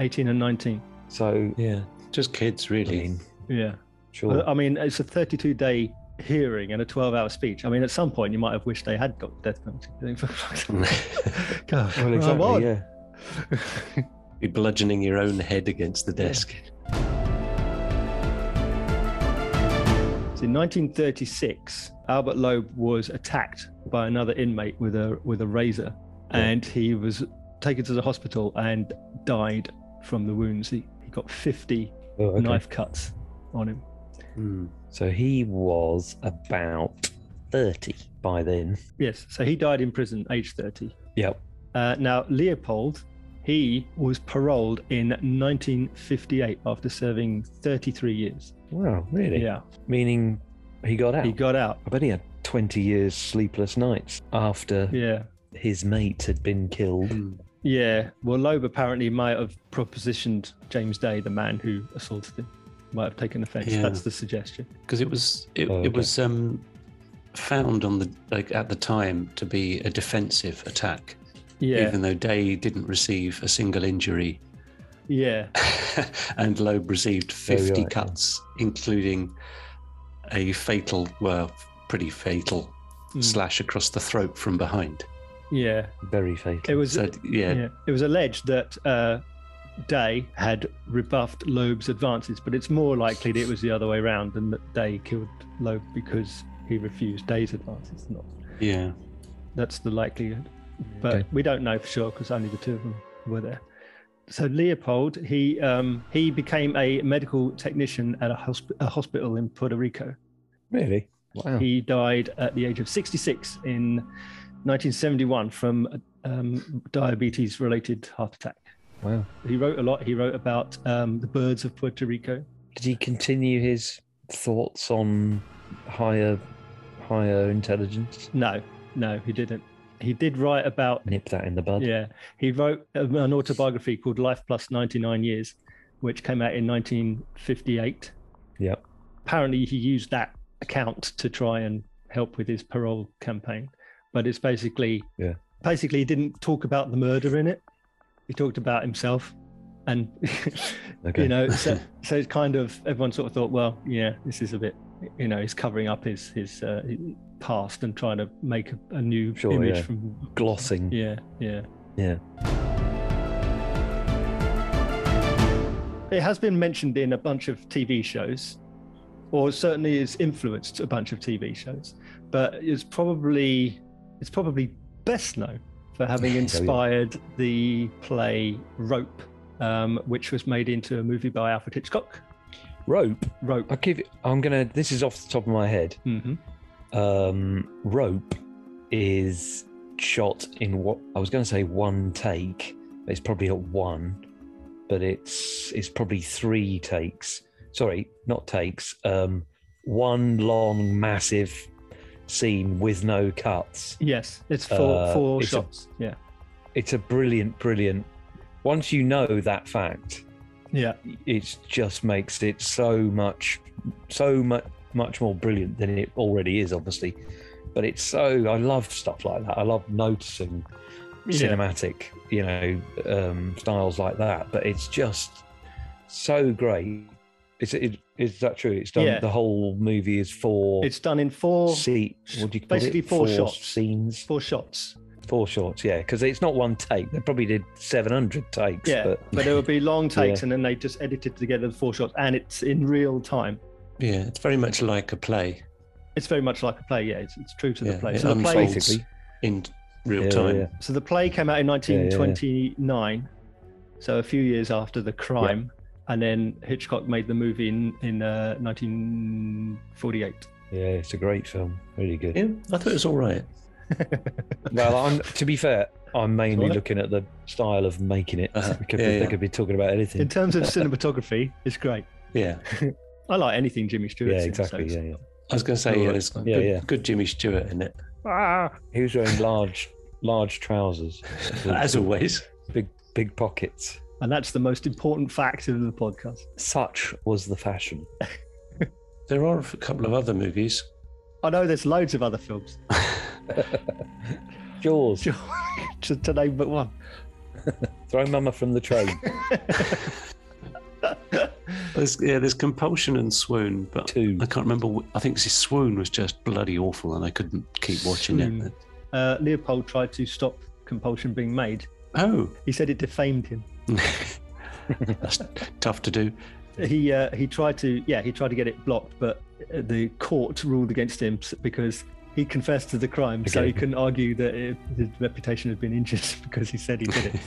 [SPEAKER 1] 18 and 19.
[SPEAKER 4] so
[SPEAKER 3] Yeah, just kids,
[SPEAKER 4] i
[SPEAKER 3] really.
[SPEAKER 4] mean
[SPEAKER 1] Yeah.
[SPEAKER 4] sure
[SPEAKER 1] I I mean, it's a 32 day hearing and a 12 hour speech. I mean, at some point, you might have wished they had got the death penalty. You think, God,
[SPEAKER 4] well,
[SPEAKER 1] come
[SPEAKER 4] exactly,
[SPEAKER 1] on.
[SPEAKER 4] yeah.
[SPEAKER 3] Be bludgeoning your own head against the desk.
[SPEAKER 1] So in 1936, Albert Loeb was attacked by another inmate with a with a razor, and he was taken to the hospital and died from the wounds. He, he got 50
[SPEAKER 4] Oh, okay.
[SPEAKER 1] knife cuts on him.
[SPEAKER 3] Hmm.
[SPEAKER 4] So he was about 30 by then.
[SPEAKER 1] Yes, so he died in prison, age 30.
[SPEAKER 4] Yep.
[SPEAKER 1] Uh, now Leopold, he was paroled in 1958 after serving 33 years.
[SPEAKER 4] Wow, really?
[SPEAKER 1] Yeah,
[SPEAKER 4] Meaning he got out.
[SPEAKER 1] he got out.
[SPEAKER 4] I bet he had 20 years sleepless nights after
[SPEAKER 1] Yeah.
[SPEAKER 4] his mate had been killed.
[SPEAKER 1] Yeah. Well, Loeb apparently might have propositioned James Day, the man who assaulted him, might have taken offense.
[SPEAKER 3] Yeah.
[SPEAKER 1] That's the suggestion.
[SPEAKER 3] because it was it,
[SPEAKER 4] Oh, okay.
[SPEAKER 3] it was um, found on the like at the time to be a defensive attack,
[SPEAKER 1] Yeah.
[SPEAKER 3] even though Day didn't receive a single injury,
[SPEAKER 1] Yeah.
[SPEAKER 3] and Loeb received
[SPEAKER 4] There we
[SPEAKER 3] fifty
[SPEAKER 4] are, yeah.
[SPEAKER 3] cuts, including a fatal, well, pretty fatal
[SPEAKER 1] Mm.
[SPEAKER 3] slash across the throat from behind.
[SPEAKER 1] Yeah.
[SPEAKER 4] Very
[SPEAKER 1] It
[SPEAKER 4] fatal.
[SPEAKER 1] was.
[SPEAKER 3] So yeah,
[SPEAKER 1] yeah. It was alleged that uh, Day had rebuffed Loeb's advances, but it's more likely that it was the other way around, and that Day killed Loeb because he refused Day's advances. Not.
[SPEAKER 3] yeah.
[SPEAKER 1] That's the likelihood. but
[SPEAKER 4] Okay.
[SPEAKER 1] we don't know for sure because only the two of them were there. So Leopold, he um, he became a medical technician at a, hosp- a hospital in Puerto Rico.
[SPEAKER 4] Really? Wow.
[SPEAKER 1] He died at the age of 66 in 1971 from um, diabetes-related heart attack.
[SPEAKER 4] Wow.
[SPEAKER 1] He wrote a lot. He wrote about um, the birds of Puerto Rico.
[SPEAKER 4] Did he continue his thoughts on higher higher intelligence?
[SPEAKER 1] No, no, he didn't. He did write about
[SPEAKER 4] Nip that in the bud.
[SPEAKER 1] Yeah, he wrote um, an autobiography called Life Plus 99 Years, which came out in 1958.
[SPEAKER 4] Yep.
[SPEAKER 1] Apparently, he used that account to try and help with his parole campaign, but it's basically
[SPEAKER 4] Yeah.
[SPEAKER 1] basically he didn't talk about the murder in it. He talked about himself
[SPEAKER 10] and
[SPEAKER 4] Okay.
[SPEAKER 10] you know, so, so it's kind of everyone sort of thought, well, yeah, this is a bit, you know, he's covering up his his uh, past and trying to make a, a new
[SPEAKER 4] Sure,
[SPEAKER 10] image
[SPEAKER 4] yeah.
[SPEAKER 10] from.
[SPEAKER 4] Glossing.
[SPEAKER 10] Yeah, yeah,
[SPEAKER 4] Yeah.
[SPEAKER 10] It has been mentioned in a bunch of TV shows, or certainly has influenced a bunch of TV shows, but it's probably it's probably best known for having
[SPEAKER 4] Oh, Yeah, yeah.
[SPEAKER 10] inspired the play Rope, um, which was made into a movie by Alfred Hitchcock.
[SPEAKER 4] Rope.
[SPEAKER 10] Rope.
[SPEAKER 4] I give. I'm gonna. This is off the top of my head.
[SPEAKER 10] hmm
[SPEAKER 4] Um, rope is shot in what I was going to say one take. but It's probably not one, but it's it's probably three takes. Sorry, not takes. Um, one long massive scene with no cuts.
[SPEAKER 10] Yes, it's four
[SPEAKER 4] Uh,
[SPEAKER 10] four
[SPEAKER 4] it's a-
[SPEAKER 10] shots. Yeah,
[SPEAKER 4] It's a brilliant, brilliant. Once you know that fact,
[SPEAKER 10] yeah,
[SPEAKER 4] it just makes it so much so much much more brilliant than it already is obviously but it's so i love stuff like that i love noticing cinematic you know um styles like that but it's just so great is it is that true it's done
[SPEAKER 10] Yeah.
[SPEAKER 4] the whole movie is four
[SPEAKER 10] It's done in four
[SPEAKER 4] se- what do you call
[SPEAKER 10] basically
[SPEAKER 4] it?
[SPEAKER 10] four shots.
[SPEAKER 4] scenes
[SPEAKER 10] four shots.
[SPEAKER 4] four shots yeah because it's not one take they probably did 700 takes
[SPEAKER 10] Yeah, but,
[SPEAKER 4] but
[SPEAKER 10] there would be long takes,
[SPEAKER 4] Yeah.
[SPEAKER 10] and then they just edited together the four shots, and it's in real time.
[SPEAKER 3] Yeah, it's very much like a play.
[SPEAKER 10] It's very much like a play. Yeah, it's, it's true to
[SPEAKER 3] Yeah,
[SPEAKER 10] the play.
[SPEAKER 3] it
[SPEAKER 10] So the play,
[SPEAKER 3] unfolds
[SPEAKER 4] basically
[SPEAKER 3] in real
[SPEAKER 4] Yeah,
[SPEAKER 3] time.
[SPEAKER 4] yeah.
[SPEAKER 10] so the play came out in
[SPEAKER 4] yeah, yeah.
[SPEAKER 10] 1929, so a few years after the crime, and then Hitchcock made the movie in in uh, 1948.
[SPEAKER 4] yeah it's a great film really good
[SPEAKER 3] Yeah, I thought it was all right.
[SPEAKER 4] Well, I'm, to be fair, I'm mainly
[SPEAKER 10] Alright.
[SPEAKER 4] looking at the style of making it.
[SPEAKER 3] Uh-huh.
[SPEAKER 4] They could
[SPEAKER 3] Yeah,
[SPEAKER 4] be,
[SPEAKER 3] yeah.
[SPEAKER 4] They could be talking about
[SPEAKER 10] In
[SPEAKER 4] anything.
[SPEAKER 10] terms of cinematography, it's great.
[SPEAKER 3] Yeah,
[SPEAKER 10] I like anything Jimmy Stewart.
[SPEAKER 4] Yeah, exactly. Yeah, yeah.
[SPEAKER 3] I was going to say
[SPEAKER 10] All
[SPEAKER 3] yeah,
[SPEAKER 10] right.
[SPEAKER 3] there's
[SPEAKER 10] Yeah,
[SPEAKER 3] good,
[SPEAKER 4] yeah.
[SPEAKER 3] good Jimmy Stewart in it,
[SPEAKER 4] He was wearing large, large trousers, with
[SPEAKER 3] as always.
[SPEAKER 4] big, big pockets.
[SPEAKER 10] And that's the most important fact of the podcast.
[SPEAKER 4] Such was the fashion.
[SPEAKER 3] There are a couple of other movies.
[SPEAKER 10] I know there's loads of other films,
[SPEAKER 4] Jaws,
[SPEAKER 10] to, to name but one.
[SPEAKER 4] throw mama from the train.
[SPEAKER 3] There's, yeah, there's Compulsion and Swoon, but
[SPEAKER 4] Two.
[SPEAKER 3] I can't remember. wh- I think this Swoon was just bloody awful, and I couldn't keep watching
[SPEAKER 10] Swoon.
[SPEAKER 3] it.
[SPEAKER 10] Uh, Leopold tried to stop compulsion being made.
[SPEAKER 3] Oh,
[SPEAKER 10] He said it defamed him.
[SPEAKER 3] that's tough to do.
[SPEAKER 10] He uh, he tried to yeah he tried to get it blocked, but uh, the court ruled against him s- because he confessed to the crime, so he
[SPEAKER 4] Again.
[SPEAKER 10] couldn't argue that it, his reputation had been injured because he said he did it.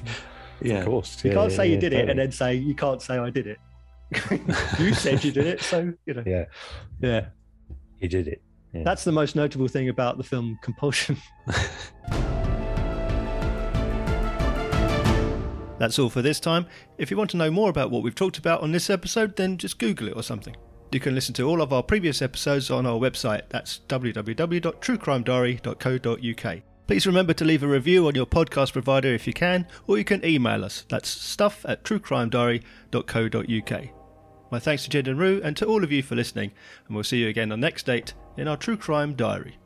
[SPEAKER 3] Yeah,
[SPEAKER 4] Of course,
[SPEAKER 10] You
[SPEAKER 4] yeah,
[SPEAKER 10] can't
[SPEAKER 4] yeah,
[SPEAKER 10] say you
[SPEAKER 4] yeah,
[SPEAKER 10] did it and
[SPEAKER 4] totally.
[SPEAKER 10] then say you can't say I did it. you said you did it, so you know.
[SPEAKER 4] Yeah.
[SPEAKER 10] yeah.
[SPEAKER 4] you did it.
[SPEAKER 10] That's the most notable thing about the film Compulsion. That's all for this time. If you want to know more about what we've talked about on this episode, then just Google it or something. You can listen to all of our previous episodes on our website. That's www.truecrimediary.co.uk. Please remember to leave a review on your podcast provider if you can, or you can email us. That's stuff at truecrimediary.co.uk. My thanks to Jed and Rue and to all of you for listening, and we'll see you again on next date in our True Crime Diary.